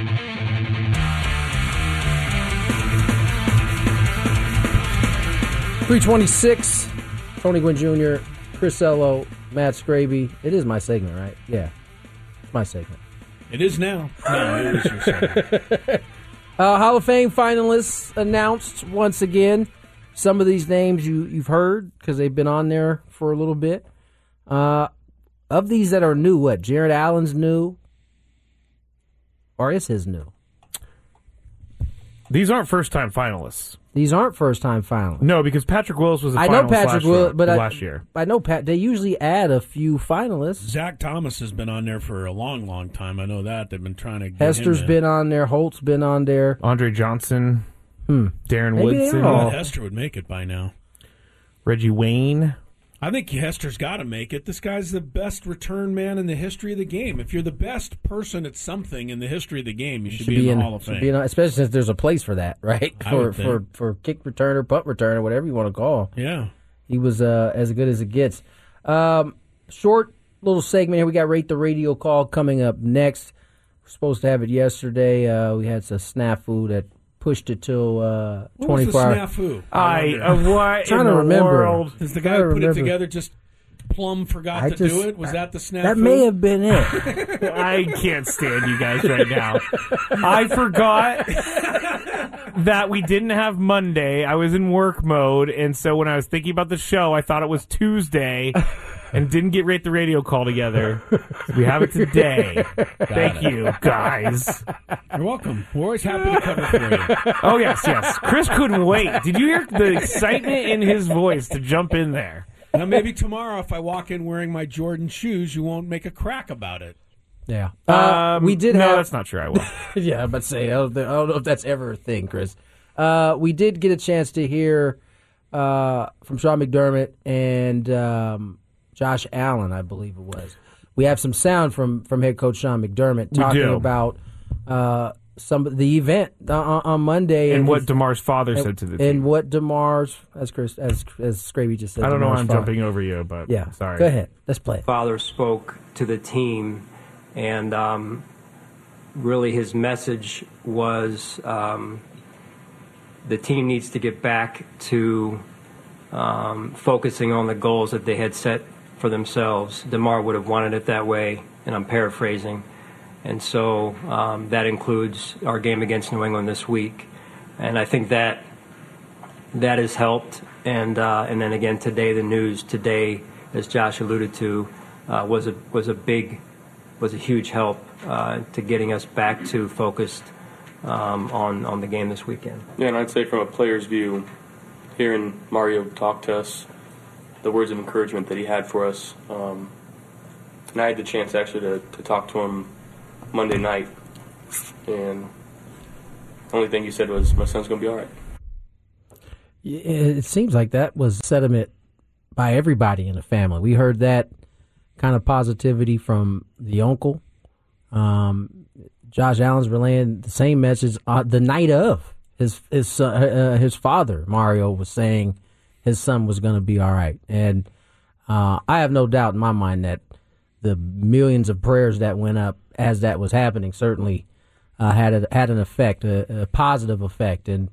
Speaker 4: Three twenty six, Tony Gwynn Jr., Chris Ello, Matt Scraby. It is my segment, right? Yeah. It's my segment.
Speaker 3: It is
Speaker 4: [laughs]
Speaker 3: now. No, it is your son.
Speaker 4: Uh, Hall of Fame finalists announced once again. Some of these names you, you've heard because they've been on there for a little bit. Uh, of these that are new, what? Jared Allen's new? Or is his new?
Speaker 5: These aren't first time finalists.
Speaker 4: These aren't first time finalists.
Speaker 5: No, because Patrick Willis was a
Speaker 4: I know
Speaker 5: finalist
Speaker 4: Patrick
Speaker 5: last year-
Speaker 4: Will, but I,
Speaker 5: last year.
Speaker 4: I know Pat. They usually add a few finalists.
Speaker 3: Zach Thomas has been on there for a long, long time. I know that they've been trying to. Get
Speaker 4: Hester's
Speaker 3: him in.
Speaker 4: been on there. Holt's been on there. Hmm.
Speaker 5: Andre Johnson, Darren
Speaker 4: Maybe they
Speaker 5: Woodson,
Speaker 4: are all-
Speaker 3: Hester would make it by now.
Speaker 5: Reggie Wayne.
Speaker 3: I think Hester's got to make it. This guy's the best return man in the history of the game. If you're the best person at something in the history of the game, you should, be, in the Hall of
Speaker 4: should
Speaker 3: Fame.
Speaker 4: be in- especially since there's a place for that, [laughs] right?
Speaker 3: I
Speaker 4: For
Speaker 3: would think.
Speaker 4: for for kick returner, punt returner, whatever you want to call.
Speaker 3: Yeah,
Speaker 4: he was uh, as good as it gets. Um, short little segment here. We got rate the radio call coming up next. We're supposed to have it yesterday. Uh, we had some snafu that pushed it till uh,
Speaker 3: What was the
Speaker 4: 24 hours.
Speaker 3: snafu?
Speaker 5: I- uh, what
Speaker 4: Trying
Speaker 5: in
Speaker 4: to
Speaker 5: the
Speaker 4: remember.
Speaker 5: world?
Speaker 3: Is the
Speaker 4: Trying
Speaker 3: guy
Speaker 4: to
Speaker 3: who put it
Speaker 4: remember.
Speaker 3: together just plumb forgot
Speaker 4: I
Speaker 3: to
Speaker 4: just-
Speaker 3: do it? Was that the snap?
Speaker 4: That may have been
Speaker 3: [laughs]
Speaker 4: it.
Speaker 5: I can't stand you guys right now. I forgot that we didn't have Monday. I was in work mode, and so when I was thinking about the show, I thought it was
Speaker 4: [laughs]
Speaker 5: Tuesday, and didn't get rate the radio call together. We have it
Speaker 4: [laughs]
Speaker 5: today. Thank you, guys.
Speaker 3: You're welcome. We're always happy to cover for you.
Speaker 5: Oh yes, yes. Chris couldn't wait. Did you hear the excitement in his voice to jump in there?
Speaker 3: Now maybe tomorrow, if I walk in wearing my Jordan shoes, you won't make a crack about it.
Speaker 4: Yeah.
Speaker 5: Um,
Speaker 4: Uh, we did
Speaker 5: no,
Speaker 4: have-
Speaker 5: that's not true. I will.
Speaker 4: [laughs] yeah, I'm about to say, I don't, thi- I don't know if that's ever a thing, Chris. Uh, we did get a chance to hear uh, from Sean McDermott and um, Josh Allen, I believe it was. We have some sound from, from head coach Sean McDermott
Speaker 5: We
Speaker 4: talking
Speaker 5: do.
Speaker 4: about uh, some the event on, on Monday,
Speaker 5: And what
Speaker 4: if-
Speaker 5: DeMar's father
Speaker 4: and-
Speaker 5: said to the
Speaker 4: and
Speaker 5: team.
Speaker 4: what Demar's as Chris as as Scraby just said.
Speaker 5: I don't know why
Speaker 4: DeMar's
Speaker 5: I'm
Speaker 4: father.
Speaker 5: jumping over you, but
Speaker 4: yeah,
Speaker 5: sorry.
Speaker 4: Go ahead, let's play. it.
Speaker 14: Father spoke to the team, and um, really his message was um, the team needs to get back to um, focusing on the goals that they had set for themselves. DeMar would have wanted it that way, and I'm paraphrasing. And so um, that includes our game against New England this week. And I think that that has helped. And uh, and then again today, the news today, as Josh alluded to, uh, was a was a big was a huge help uh, to getting us back to focused um, on on the game this weekend.
Speaker 15: Yeah, and I'd say from a player's view, hearing Mario talk to us, the words of encouragement that he had for us, um, and I had the chance actually to, to talk to him Monday night, and the only thing he said was, "My son's gonna be all right."
Speaker 4: Yeah, It seems like that was sentiment by everybody in the family. We heard that kind of positivity from the uncle. Um, Josh Allen's relaying the same message uh, the night of his his son, uh, his father Mario was saying his son was going to be all right, and uh, I have no doubt in my mind that the millions of prayers that went up as that was happening certainly uh, had a, had an effect, a, a positive effect, and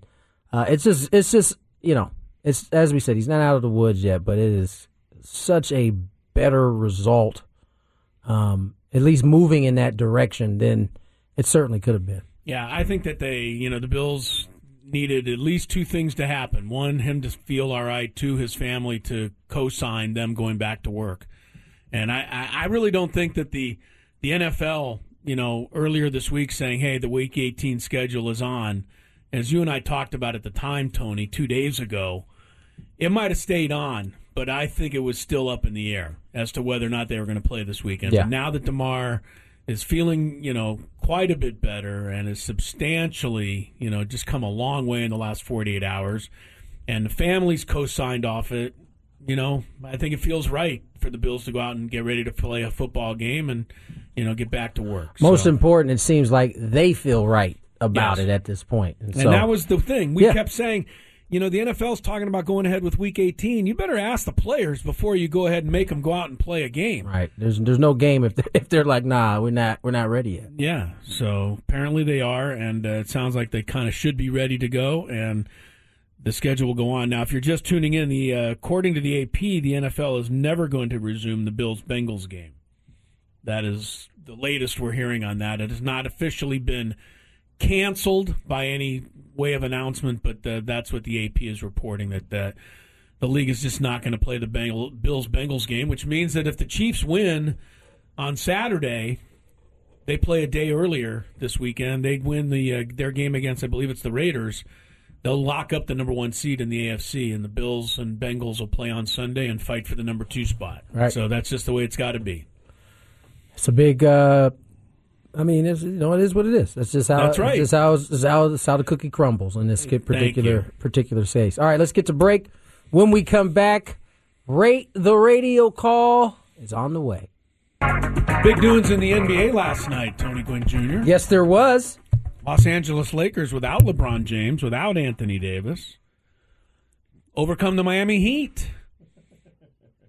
Speaker 4: uh, it's just it's just you know it's as we said he's not out of the woods yet, but it is such a better result, um, at least moving in that direction than it certainly could have been.
Speaker 3: Yeah, I think that they, you know, the Bills needed at least two things to happen. One, him to feel all right. Two, his family to co-sign them going back to work. And I, I, I really don't think that the the NFL, you know, earlier this week saying, "Hey, the Week 18 schedule is on," as you and I talked about at the time, Tony, two days ago, it might have stayed on, but I think it was still up in the air as to whether or not they were going to play this weekend.
Speaker 16: Yeah.
Speaker 3: But now that Demar is feeling, you know, quite a bit better and is substantially, you know, just come a long way in the last 48 hours, and the family's co-signed off it. You know, I think it feels right for the Bills to go out and get ready to play a football game and, you know, get back to work.
Speaker 4: Most important, it seems like they feel right about it at this point, and,
Speaker 3: And
Speaker 4: so
Speaker 3: that was the thing. We
Speaker 4: Yeah.
Speaker 3: kept saying, you know, the NFL's talking about going ahead with week 18. You better ask the players before you go ahead and make them go out and play a game.
Speaker 4: right. There's there's no game if they're, if they're like nah we're not we're not ready yet.
Speaker 3: Yeah. So apparently they are, and uh, it sounds like they kind of should be ready to go, and the schedule will go on. Now, if you're just tuning in, the uh, according to the AP, the NFL is never going to resume the Bills Bengals game. That is the latest we're hearing on that. It has not officially been canceled by any way of announcement, but uh, that's what the AP is reporting that uh, the league is just not going to play the Bengal, Bills Bengals game, which means that if the Chiefs win on Saturday, they play a day earlier this weekend. They win the uh, their game against, I believe it's the Raiders. They'll lock up the number one seed in the AFC, and the Bills and Bengals will play on Sunday and fight for the number two spot.
Speaker 4: Right.
Speaker 3: So that's just the way it's got to be.
Speaker 4: It's a big. uh I mean, it's, you know, it is what it is. That's just how.
Speaker 3: That's right.
Speaker 4: That's how. That's how, that's how the cookie crumbles in this particular particular case. All right, let's get to break. When we come back, rate the radio call is on the way.
Speaker 3: Big doings in the NBA last night, Tony Gwynn Jr.
Speaker 4: Yes, there was.
Speaker 3: Los Angeles Lakers without LeBron James, without Anthony Davis, overcome the Miami Heat.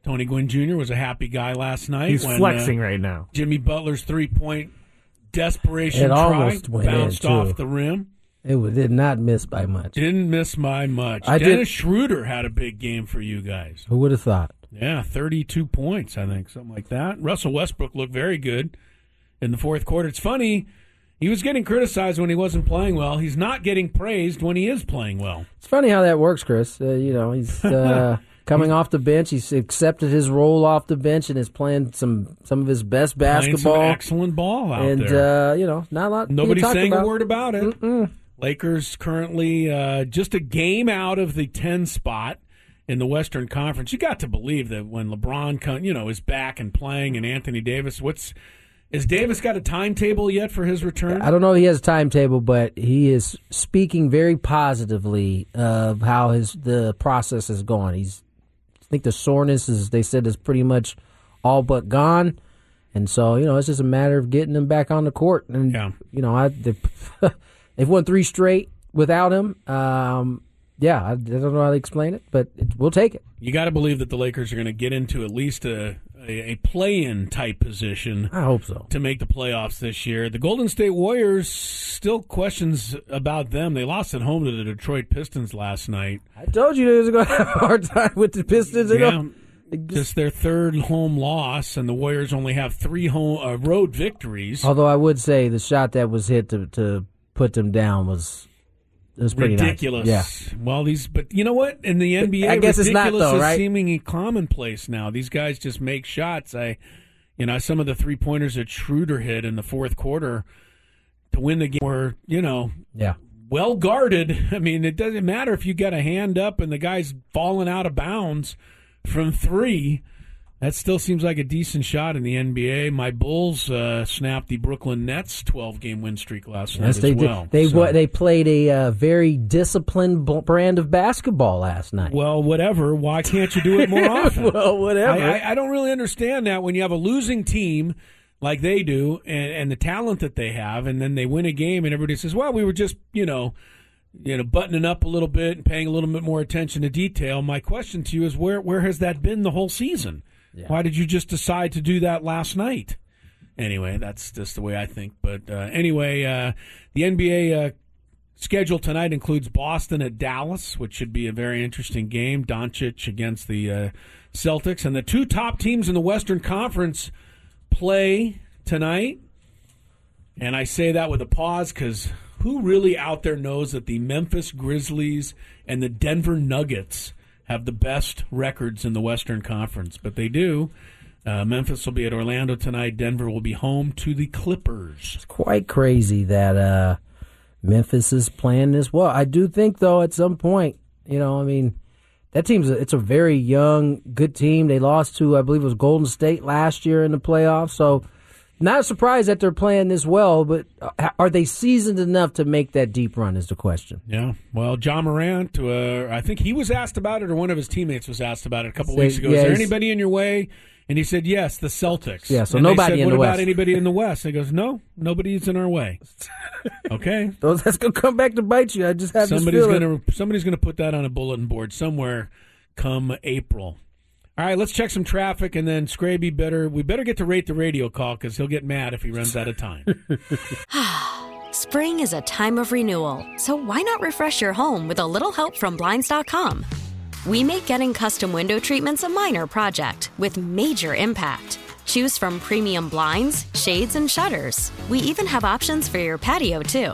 Speaker 3: Tony Gwynn Jr. was a happy guy last night. uh,
Speaker 5: He's flexing right now.
Speaker 3: Jimmy Butler's three point desperation
Speaker 4: It
Speaker 3: try
Speaker 4: almost went in,
Speaker 3: bounced
Speaker 4: too.
Speaker 3: off the rim.
Speaker 4: It was- did not miss by much.
Speaker 3: Didn't miss by much.
Speaker 4: I did-
Speaker 3: Dennis Schroeder had a big game for you guys.
Speaker 4: Who would have thought?
Speaker 3: Yeah, 32 points, I think, something like that. Russell Westbrook looked very good in the fourth quarter. It's funny, he was getting criticized when he wasn't playing well. He's not getting praised when he is playing well.
Speaker 4: It's funny how that works, Chris. Uh, you
Speaker 3: [laughs]
Speaker 4: know, he's uh, coming off the bench. He's accepted his role off the bench and is playing some some of his best
Speaker 3: Playing some
Speaker 4: basketball.
Speaker 3: excellent ball out
Speaker 4: and
Speaker 3: there.
Speaker 4: Uh, you know, not a lot. being
Speaker 3: Nobody's
Speaker 4: talked
Speaker 3: saying
Speaker 4: about.
Speaker 3: a word about it. Lakers currently uh, just a game out of the 10 spot in the Western Conference. You got to believe that when LeBron, come, you know, is back and playing, and Anthony Davis, what's is Davis got a timetable yet for his return?
Speaker 4: I don't know if he has a timetable, but he is speaking very positively of how his the process is going. He's I think the soreness is they said is pretty much all but gone, And so, you know, it's just a matter of getting him back on the court. And, you know, I they, [laughs] they've won three straight without him. Um, yeah, I, I don't know how to explain it, but it, we'll take it.
Speaker 3: You got to believe that the Lakers are going to get into at least a, a, a play in type position.
Speaker 4: I hope so.
Speaker 3: To make the playoffs this year. The Golden State Warriors, still questions about them. They lost at home to the Detroit Pistons last night.
Speaker 4: I told you they was going to have a hard time with the Pistons. They're
Speaker 3: Yeah,
Speaker 4: gonna-
Speaker 3: just their third home loss, and the Warriors only have three home uh, road victories.
Speaker 4: Although I would say the shot that was hit to, to put them down was it was pretty nice.
Speaker 3: ridiculous. Well, these, but you know what? In the
Speaker 4: But
Speaker 3: NBA,
Speaker 4: I guess it's not,
Speaker 3: ridiculous
Speaker 4: though,
Speaker 3: is
Speaker 4: right?
Speaker 3: seemingly commonplace now. These guys just make shots. I, you know, some of the three pointers that Schroeder hit in the fourth quarter to win the game were, you know,
Speaker 4: Yeah.
Speaker 3: well guarded. [laughs] I mean, it doesn't matter if you got a hand up and the guy's falling out of bounds from three. That still seems like a decent shot in the NBA. My Bulls uh, snapped the Brooklyn Nets 12 game win streak last night
Speaker 4: Yes,
Speaker 3: as
Speaker 4: they did.
Speaker 3: well.
Speaker 4: They
Speaker 3: So-
Speaker 4: wa- they played a uh, very disciplined b- brand of basketball last night.
Speaker 3: Well, whatever. Why can't you do it
Speaker 4: [laughs]
Speaker 3: more often?
Speaker 4: well, whatever.
Speaker 3: I, I, I don't really understand that when you have a losing team like they do and, and the talent that they have, and then they win a game, and everybody says, "Well, we were just you know, you know, buttoning up a little bit and paying a little bit more attention to detail." My question to you is, where where has that been the whole season? Why did you just decide to do that last night? Anyway, that's just the way I think. But uh, anyway, uh, the NBA uh, schedule tonight includes Boston at Dallas, which should be a very interesting game. Doncic against the uh, Celtics, and the two top teams in the Western Conference play tonight. And I say that with a pause because who really out there knows that the Memphis Grizzlies and the Denver Nuggets have the best records in the Western Conference? But they do. Uh, Memphis will be at Orlando tonight. Denver will be home to the Clippers.
Speaker 4: quite crazy that uh, Memphis is playing this well. I do think though, at some point, you know, I mean, that team's a, it's a very young, good team. They lost to, I believe, it was Golden State last year in the playoffs. So, not surprised that they're playing this well. But uh, are they seasoned enough to make that deep run? Is the question.
Speaker 3: Yeah. Well, John Morant, uh, I think he was asked about it, or one of his teammates was asked about it a couple
Speaker 4: Say-
Speaker 3: weeks ago.
Speaker 4: yeah,
Speaker 3: Is there
Speaker 4: he's-
Speaker 3: anybody in your way? And he said, yes, the Celtics.
Speaker 4: Yeah, so
Speaker 3: And they
Speaker 4: nobody
Speaker 3: said,
Speaker 4: in
Speaker 3: what
Speaker 4: the
Speaker 3: about
Speaker 4: West."
Speaker 3: anybody in the West? And he goes, no, nobody's in our way.
Speaker 4: [laughs]
Speaker 3: Okay.
Speaker 4: Those that's gonna come back to bite you. I just have
Speaker 3: somebody's
Speaker 4: this feeling.
Speaker 3: gonna somebody's gonna put that on a bulletin board somewhere come April. All right, let's check some traffic and then Scraby better we better get to rate the radio call because he'll get mad if he runs out of
Speaker 4: [laughs]
Speaker 3: time.
Speaker 16: Spring is a time of renewal, so why not refresh your home with a little help from Blinds.com? We make getting custom window treatments a minor project with major impact. Choose from premium blinds, shades, and shutters. We even have options for your patio, too.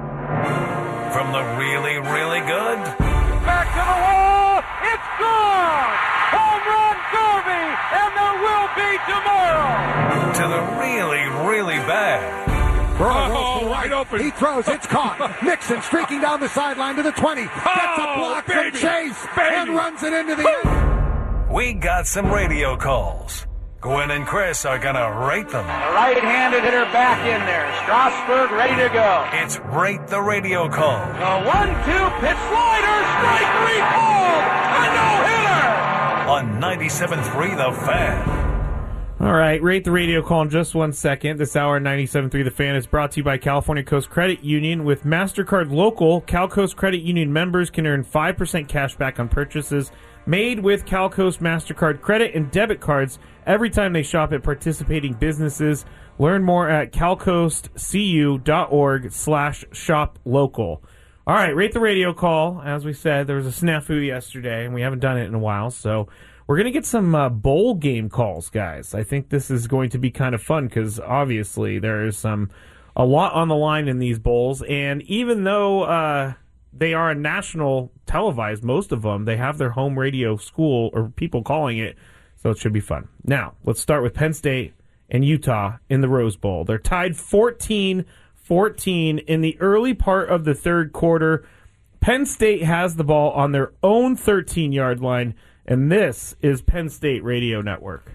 Speaker 2: From the really, really good
Speaker 17: Back to the wall. It's gone. Home run Garvey, and the will be tomorrow.
Speaker 2: To the really, really bad.
Speaker 17: Burrow
Speaker 2: Oh,
Speaker 17: rolls to the
Speaker 2: wide
Speaker 17: right.
Speaker 2: open.
Speaker 17: He throws. It's
Speaker 2: [laughs]
Speaker 17: caught. Nixon streaking down the sideline to the 20. Gets a block from
Speaker 2: Oh, baby.
Speaker 17: Chase and
Speaker 2: Baby.
Speaker 17: runs it into the end.
Speaker 2: We got some radio calls. Gwen and Chris are gonna rate them.
Speaker 17: A right-handed hitter back in there. Strasburg ready to go.
Speaker 2: It's rate the radio call.
Speaker 17: The one-two pitch slider, strike three called. A no-hitter.
Speaker 2: on 97.3 The Fan.
Speaker 5: All right, rate the radio call in just one second. This hour, 97.3 The Fan, is brought to you by California Coast Credit Union. With MasterCard Local, CalCoast Credit Union members can earn 5% cash back on purchases made with CalCoast MasterCard credit and debit cards every time they shop at participating businesses. Learn more at calcoastcu.org slash shop local. All right, rate the radio call. As we said, there was a snafu yesterday, and we haven't done it in a while, so we're going to get some uh, bowl game calls, guys. I think this is going to be kind of fun because obviously there is some a lot on the line in these bowls, and even though uh, they are national televised, most of them they have their home radio school or people calling it, so it should be fun. Now let's start with Penn State and Utah in the Rose Bowl. They're tied 14 14 in the early part of the third quarter. Penn State has the ball on their own 13 yard line, and this is Penn State Radio Network.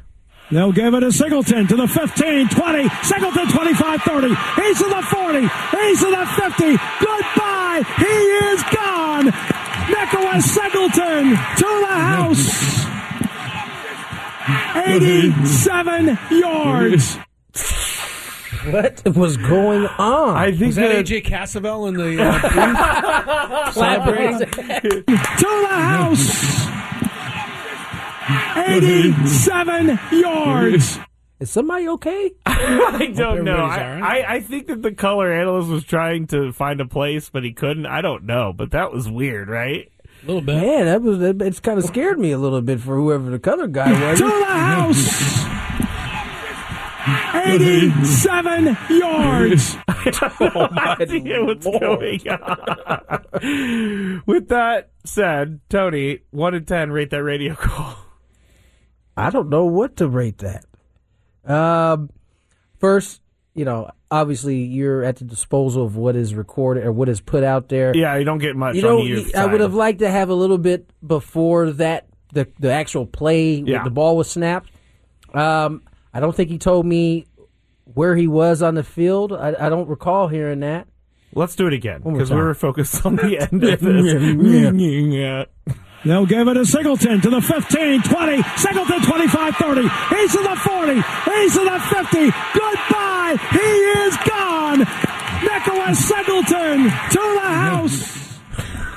Speaker 18: They'll give it to Singleton to the 15, 20, Singleton 25, 30. He's to the 40, he's to the 50. Goodbye, he is gone. Nicholas Singleton to the house. 87 yards.
Speaker 4: What was going on? I
Speaker 3: Is that AJ Casavell in the uh,
Speaker 4: [laughs]
Speaker 3: booth celebrating?
Speaker 18: to the
Speaker 5: [laughs]
Speaker 18: house. 87 yards.
Speaker 4: Is somebody okay?
Speaker 5: [laughs] I don't
Speaker 4: Hope
Speaker 5: know.
Speaker 4: everybody's
Speaker 5: I,
Speaker 4: all
Speaker 5: I, I think that the color analyst was trying to find a place, but he couldn't. I don't know, but that was weird, right?
Speaker 3: A little bit.
Speaker 4: Yeah, that was. That, it's kind of scared me a little bit for whoever the color
Speaker 5: [laughs]
Speaker 4: guy was.
Speaker 18: To the house. 87
Speaker 5: [laughs]
Speaker 18: yards.
Speaker 5: oh my idea what's going on. With that said, Tony, one in ten, rate that radio call.
Speaker 4: I don't know what to rate that. Um, first, you know, obviously you're at the disposal of what is recorded or what is put out there.
Speaker 5: Yeah, you don't get much
Speaker 4: You know,
Speaker 5: on your
Speaker 4: I
Speaker 5: side.
Speaker 4: would have liked to have a little bit before that the the actual play
Speaker 5: Yeah.
Speaker 4: where the ball was snapped. Um, I don't think he told me where he was on the field. I, I don't recall hearing that.
Speaker 5: Let's do it again
Speaker 4: more
Speaker 5: because we
Speaker 4: time.
Speaker 5: were focused [laughs] on the
Speaker 4: [laughs]
Speaker 5: end of this.
Speaker 18: [laughs] They'll give it to Singleton to the 15, 20, Singleton 25, 30. He's to the 40, he's to the 50. Goodbye, he is gone. Nicholas Singleton to the house.
Speaker 5: [laughs]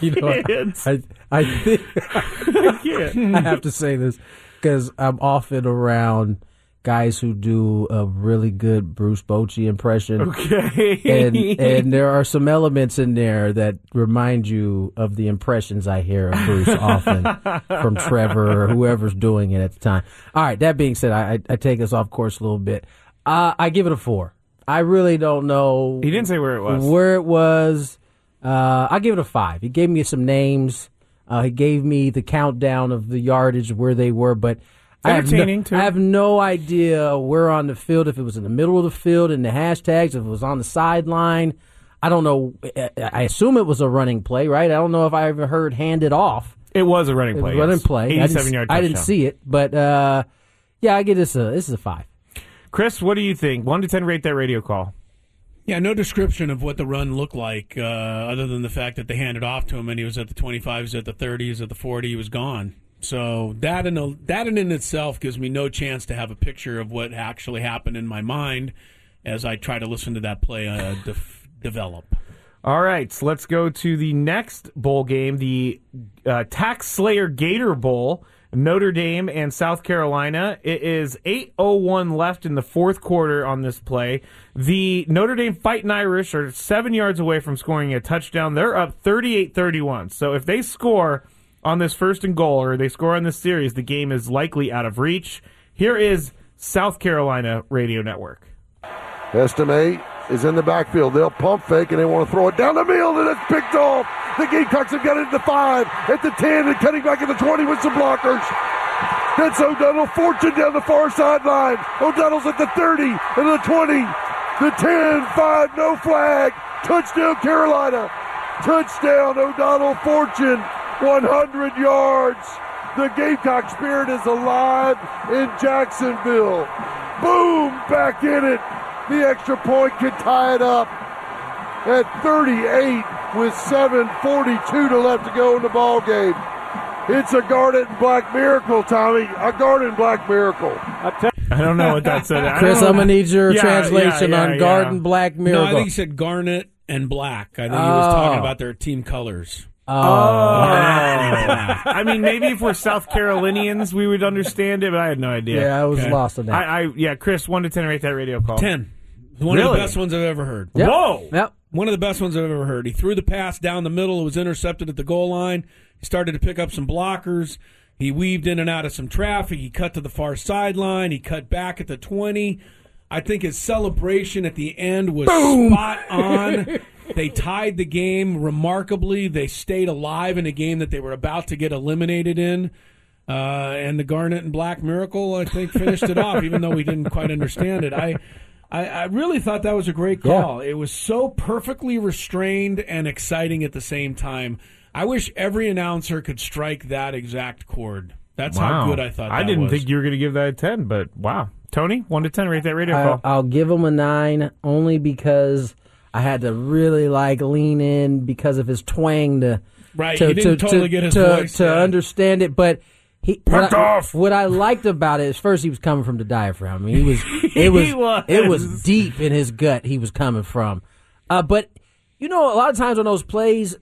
Speaker 4: You know, I, I, I
Speaker 5: [laughs]
Speaker 4: think I have to say this because I'm often around guys who do a really good Bruce Bochy impression.
Speaker 5: Okay.
Speaker 4: and
Speaker 5: [laughs]
Speaker 4: and there are some elements in there that remind you of the impressions I hear of Bruce often from Trevor or whoever's doing it at the time. All right. That being said, I I, I take us off course a little bit. Uh, I give it a four. I really don't know.
Speaker 5: He didn't say where it was.
Speaker 4: Where it was, uh, I give it a five. He gave me some names. Uh, he gave me the countdown of the yardage where they were, but I have, no,
Speaker 5: Entertaining, too.
Speaker 4: I have no idea where on the field. If it was in the middle of the field in the hashtags, if it was on the sideline, I don't know. I- I assume it was a running play, right? I don't know if I ever heard handed off.
Speaker 5: It was a running
Speaker 4: It
Speaker 5: play.
Speaker 4: was running
Speaker 5: yes.
Speaker 4: play. I didn't-
Speaker 5: Eighty-seven yard.
Speaker 4: I didn't
Speaker 5: touchdown.
Speaker 4: see it, but uh, yeah, I give this a this is a five.
Speaker 5: Chris, what do you think? One to ten, rate that radio call.
Speaker 3: Yeah, no description of what the run looked like, uh, other than the fact that they handed off to him and he was at the 25s, at the 30s, at the 40, he was gone. So that in a, that in, in itself gives me no chance to have a picture of what actually happened in my mind as I try to listen to that play uh, def- develop.
Speaker 5: All right, so let's go to the next bowl game, the uh, Tax Slayer Gator Bowl, Notre Dame and South Carolina. It is 8:01 left in the fourth quarter on this play. The Notre Dame Fighting Irish are 7 yards away from scoring a touchdown. They're up 38-31. So if they score on this first and goal or they score on this series, the game is likely out of reach. Here is South Carolina Radio Network.
Speaker 19: Estimate is in the backfield. They'll pump fake and they want to throw it down the field and it's picked off. The Gamecocks have got it at the five, at the ten, and cutting back at the twenty with some blockers. That's O'Donnell Fortune down the far sideline. O'Donnell's at the 30 and the 20, the 10, 5, no flag. Touchdown, Carolina. Touchdown, O'Donnell Fortune. 100 yards. The Gamecock spirit is alive in Jacksonville. Boom, back in it. The extra point could tie it up at 38 with 7.42 to left to go in the ball game. It's a Garnet and Black miracle, Tommy. A Garnet and Black miracle.
Speaker 5: I don't know what that said. I
Speaker 4: Chris,
Speaker 5: don't-
Speaker 4: I'm gonna need your
Speaker 5: Yeah,
Speaker 4: translation
Speaker 5: yeah, yeah,
Speaker 4: on
Speaker 5: yeah.
Speaker 4: Garden Black Miracle.
Speaker 3: No, I think he said garnet and black. I think he was talking
Speaker 4: Oh.
Speaker 3: about their team colors.
Speaker 5: Oh. [laughs] I mean, maybe if we're South Carolinians, we would understand it, but I had no idea.
Speaker 4: Yeah, I was lost on that.
Speaker 5: I, I yeah, Chris, one to ten, rate that radio call.
Speaker 3: 10. One of
Speaker 5: Really?
Speaker 3: the best ones I've ever heard.
Speaker 5: Yep. Whoa!
Speaker 4: Yep.
Speaker 3: One of the best ones I've ever heard. He threw the pass down the middle. It was intercepted at the goal line. He started to pick up some blockers. He weaved in and out of some traffic. He cut to the far sideline. He cut back at the 20. I think his celebration at the end was
Speaker 4: Boom!
Speaker 3: spot
Speaker 5: [laughs]
Speaker 3: on. they tied the game remarkably. They stayed alive in a game that they were about to get eliminated in. Uh, and the Garnet and Black Miracle, I think, finished it off, even though we didn't quite understand it. I, I, I really thought that was a great call. It was so perfectly restrained and exciting at the same time. I wish every announcer could strike that exact chord. That's how
Speaker 5: Wow.
Speaker 3: good I thought.
Speaker 5: I
Speaker 3: that
Speaker 5: didn't
Speaker 3: was.
Speaker 5: think you were going to give that a ten, but wow, Tony, one to ten, rate that radio
Speaker 4: I,
Speaker 5: call.
Speaker 4: I'll give him a nine only because I had to really like lean in because of his twang to
Speaker 3: Right,
Speaker 4: to,
Speaker 3: you didn't
Speaker 4: to,
Speaker 3: totally
Speaker 4: to,
Speaker 3: get his
Speaker 4: to,
Speaker 3: voice,
Speaker 4: to
Speaker 3: yeah.
Speaker 4: understand it, but. He,
Speaker 3: Back
Speaker 4: what, I,
Speaker 3: off!
Speaker 4: what I liked about it is first he was coming from the diaphragm. I mean,
Speaker 3: [laughs]
Speaker 4: he was it was,
Speaker 5: He was.
Speaker 4: it was deep in his gut he was coming from. Uh, but you know, a lot of times on those plays,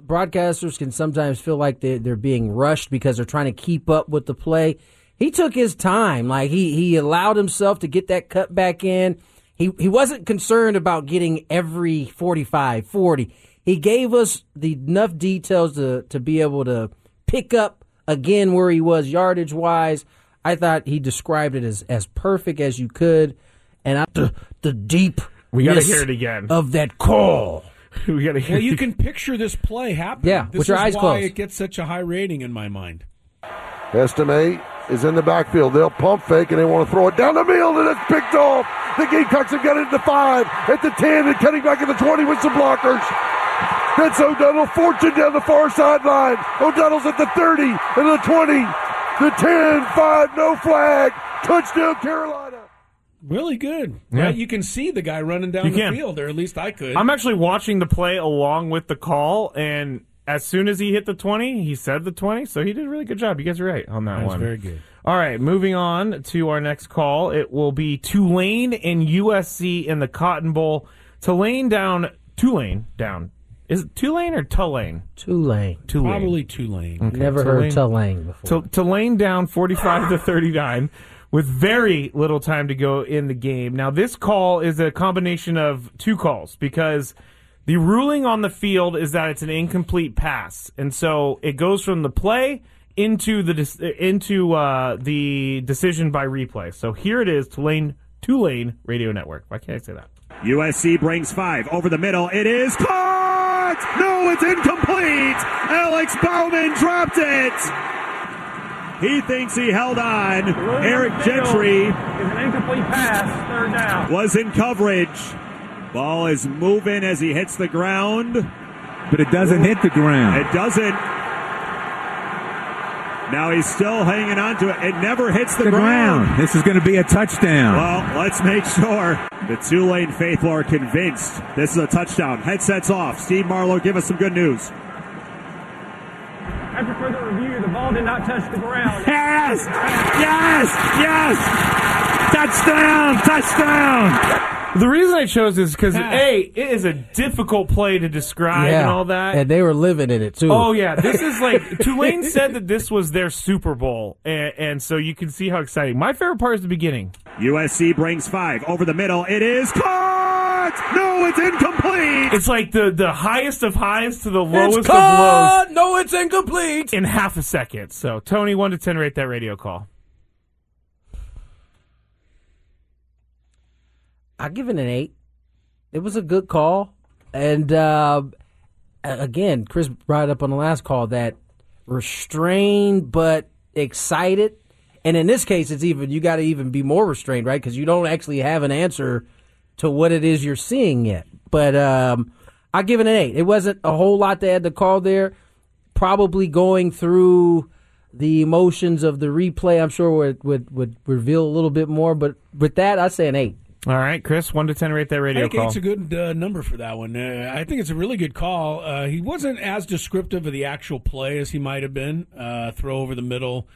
Speaker 4: broadcasters can sometimes feel like they they're being rushed because they're trying to keep up with the play. He took his time. Like he he allowed himself to get that cut back in. He he wasn't concerned about getting every 45 40. He gave us the enough details to to be able to pick up again where he was yardage wise. I thought he described it as as perfect as you could and I, the the deep
Speaker 5: We gotta hear it again.
Speaker 4: of that call.
Speaker 5: [laughs] we got to
Speaker 3: Well,
Speaker 5: [laughs]
Speaker 3: you can picture this play happening.
Speaker 4: Yeah,
Speaker 3: this
Speaker 4: with your
Speaker 3: is
Speaker 4: eyes
Speaker 3: why
Speaker 4: closed.
Speaker 3: it gets such a high rating in my mind.
Speaker 19: Estimate is in the backfield. They'll pump fake and they want to throw it down the field and it's picked off. The Gamecocks have got it at the five, at the ten, and cutting back at the twenty with some blockers. That's O'Donnell Fortune down the far sideline. O'Donnell's at the thirty and the twenty, the 10, 5, no flag. Touchdown, Carolina.
Speaker 3: Really good.
Speaker 5: Yeah.
Speaker 3: Right? You can see the guy running down
Speaker 5: You
Speaker 3: the
Speaker 5: can.
Speaker 3: field, or at least I could.
Speaker 5: I'm actually watching the play along with the call, and as soon as he hit the 20, he said the 20, so he did a really good job. You guys are right on that
Speaker 3: That was
Speaker 5: one.
Speaker 3: very good.
Speaker 5: All right, moving on to our next call. It will be Tulane and USC in the Cotton Bowl. Tulane down, Tulane down. Is it Tulane or Tulane?
Speaker 4: Tulane.
Speaker 5: Tulane.
Speaker 3: Probably Tulane.
Speaker 5: Okay,
Speaker 4: [laughs] Never heard Tulane before.
Speaker 5: T- Tulane down 45 to 39 with very little time to go in the game. Now, this call is a combination of two calls because the ruling on the field is that it's an incomplete pass. And so it goes from the play into the de- into uh, the decision by replay. So here it is Tulane Tulane Radio Network. Why can't I say that?
Speaker 6: USC brings five over the middle. It is caught! No, it's incomplete! Alex Bowman dropped it! He thinks he held on. Eric Gentry
Speaker 5: an incomplete pass, third down.
Speaker 6: was in coverage. Ball is moving as he hits the ground. But it doesn't hit the ground. It doesn't. Now he's still hanging on to it. It never hits the, ground.
Speaker 7: This is going to be a touchdown.
Speaker 6: Well, let's make sure the Tulane faithful are convinced this is a touchdown. Headsets off. Steve Marlowe, give us some good news.
Speaker 8: After further review, the ball did not touch the ground.
Speaker 6: Yes! Yes! Yes! Touchdown! Touchdown!
Speaker 5: The reason I chose this is because a it is a difficult play to describe and all that.
Speaker 4: And they were living in it too.
Speaker 5: Oh yeah, this is
Speaker 4: [laughs]
Speaker 5: like Tulane said that this was their Super Bowl, and, and so you can see how exciting. My favorite part is the beginning.
Speaker 6: USC brings five over the middle. It is caught. No, it's incomplete.
Speaker 5: It's like the the highest of highs to the
Speaker 6: It's
Speaker 5: lowest
Speaker 6: caught!
Speaker 5: of lows. No, it's incomplete in half a second. So Tony, one to ten, rate that radio call.
Speaker 4: I give it an eight. It was a good call, and uh, a- again, Chris brought it up on the last call that restrained but excited, And in this case, it's even you got to even be more restrained, right? Because you don't actually have an answer to what it is you're seeing yet. But um, I give it an eight. It wasn't a whole lot they had to call there. Probably going through the emotions of the replay, I'm sure would would, would reveal a little bit more. But with that, I say an eight.
Speaker 5: All right, Chris, one to ten, rate that radio
Speaker 3: I think
Speaker 5: call.
Speaker 3: it's a good uh, number for that one. Uh, I think it's a really good call. Uh, he wasn't as descriptive of the actual play as he might have been. Uh, throw over the middle,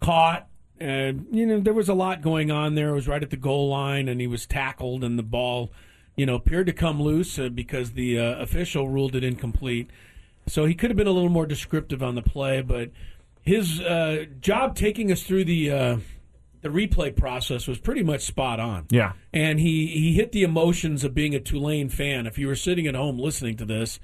Speaker 3: caught. And, you know, there was a lot going on there. It was right at the goal line, and he was tackled, and the ball, you know, appeared to come loose uh, because the uh, official ruled it incomplete. So he could have been a little more descriptive on the play, but his uh, job taking us through the uh, the replay process was pretty much spot on
Speaker 5: yeah.
Speaker 3: and he he hit the emotions of being a Tulane fan. If you were sitting at home listening to this,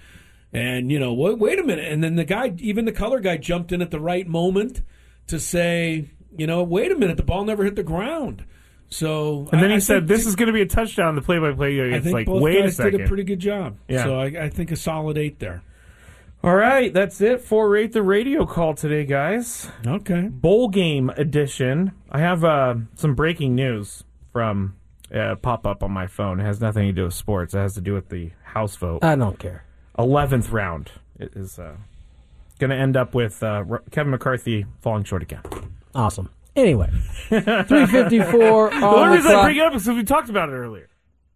Speaker 3: and you know, wait, wait a minute, and then the guy, even the color guy, jumped in at the right moment to say, you know, wait a minute, the ball never hit the ground. So,
Speaker 5: And then
Speaker 3: I-
Speaker 5: he
Speaker 3: I
Speaker 5: said,
Speaker 3: think-
Speaker 5: "This is going to be a touchdown." The play-by-play,
Speaker 3: I
Speaker 5: it's
Speaker 3: think
Speaker 5: like,
Speaker 3: both
Speaker 5: wait a
Speaker 3: guys
Speaker 5: second.
Speaker 3: did a pretty good job.
Speaker 5: Yeah.
Speaker 3: So I, I think a solid eight there.
Speaker 5: All right, that's it for rate the radio call today, guys.
Speaker 3: Okay,
Speaker 5: bowl game edition. I have uh, some breaking news from uh, pop up on my phone. It has nothing to do with sports. It has to do with the House vote.
Speaker 4: I don't care.
Speaker 5: Eleventh round It is uh, going to end up with uh, R- Kevin McCarthy falling short again.
Speaker 4: Awesome.
Speaker 5: [laughs]
Speaker 4: Anyway, 354
Speaker 5: the only
Speaker 4: on the
Speaker 5: reason I
Speaker 4: clock.
Speaker 5: bring it up is because we talked about it earlier.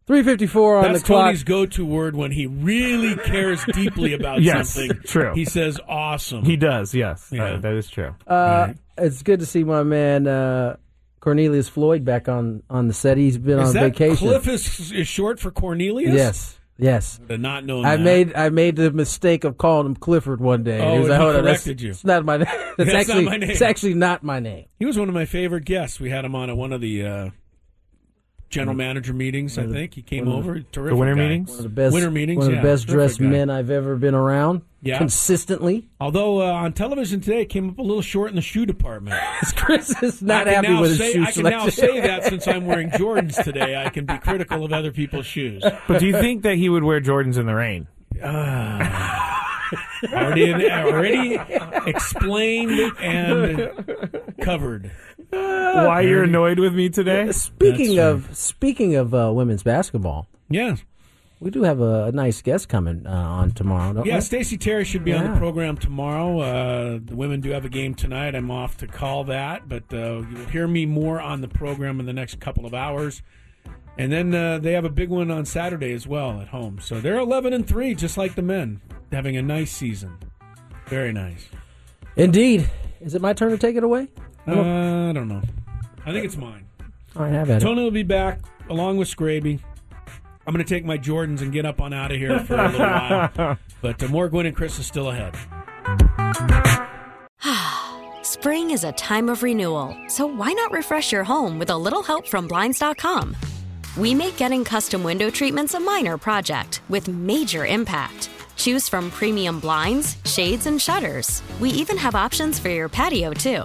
Speaker 4: 354 on
Speaker 3: That's
Speaker 4: the clock.
Speaker 3: Tony's go-to word when he really cares deeply
Speaker 4: [laughs]
Speaker 3: about
Speaker 5: Yes, [laughs]
Speaker 3: something.
Speaker 5: true.
Speaker 3: He says, "Awesome."
Speaker 5: He does, yes. Uh, that is true.
Speaker 4: Uh, It's good to see my man uh, Cornelius Floyd back on, on the set. He's been
Speaker 3: is
Speaker 4: on
Speaker 3: that
Speaker 4: vacation.
Speaker 3: Cliff is, is short for Cornelius?
Speaker 4: Yes. Yes.
Speaker 3: Would have not known
Speaker 4: I
Speaker 3: that.
Speaker 4: made I made the mistake of calling him Clifford one day.
Speaker 3: Oh,
Speaker 4: He
Speaker 3: and
Speaker 4: was like,
Speaker 3: he
Speaker 4: "Hold on, that's-
Speaker 3: corrected you."
Speaker 4: It's not my. [laughs] That's,
Speaker 3: That's not
Speaker 4: actually
Speaker 3: my name.
Speaker 4: it's actually not my name.
Speaker 3: He was one of my favorite guests. We had him on at one of the uh, general manager meetings. I think he came
Speaker 4: Mm. One of
Speaker 3: over.
Speaker 4: the-
Speaker 3: Terrific guy.
Speaker 4: One of the best
Speaker 3: Winter meetings.
Speaker 4: One of the
Speaker 3: yeah,
Speaker 4: best
Speaker 3: terrific
Speaker 4: dressed
Speaker 3: guy.
Speaker 4: men I've ever been around.
Speaker 3: Yeah.
Speaker 4: Consistently,
Speaker 3: Although uh, on television today, it came up a little short in the shoe department.
Speaker 4: [laughs] Chris is not
Speaker 3: I can
Speaker 4: happy
Speaker 3: now
Speaker 4: with his
Speaker 3: say,
Speaker 4: shoe
Speaker 3: I can now
Speaker 4: selection.
Speaker 3: say that since I'm wearing Jordans today, I can be critical of other people's shoes.
Speaker 5: But do you think that he would wear Jordans in the rain?
Speaker 3: Ah. already, already explained and covered?
Speaker 5: Why you're annoyed with me today?
Speaker 4: Uh, Speaking of speaking of uh, women's basketball,
Speaker 3: yeah,
Speaker 4: we do have a, a nice guest coming uh, on tomorrow. Don't
Speaker 3: Yeah,
Speaker 4: we?
Speaker 3: Stacy Terry should be on
Speaker 4: Yeah.
Speaker 3: the program tomorrow. Uh, the women do have a game tonight. I'm off to call that, but uh, you'll hear me more on the program in the next couple of hours. And then uh, they have a big one on Saturday as well at home. So they're 11 and three, just like the men, having a nice season. Very nice.
Speaker 4: Indeed. Is it my turn to take it away? I don't-
Speaker 3: Uh, I don't know. I think it's mine.
Speaker 4: All right, have at it.
Speaker 3: Tony will be back along with Scraby. I'm going to take my Jordans and get up on out of here for a little
Speaker 4: [laughs]
Speaker 3: while. But uh, more Gwen and Chris is still ahead.
Speaker 16: Spring is a time of renewal, so why not refresh your home with a little help from Blinds.com? We make getting custom window treatments a minor project with major impact. Choose from premium blinds, shades, and shutters. We even have options for your patio, too.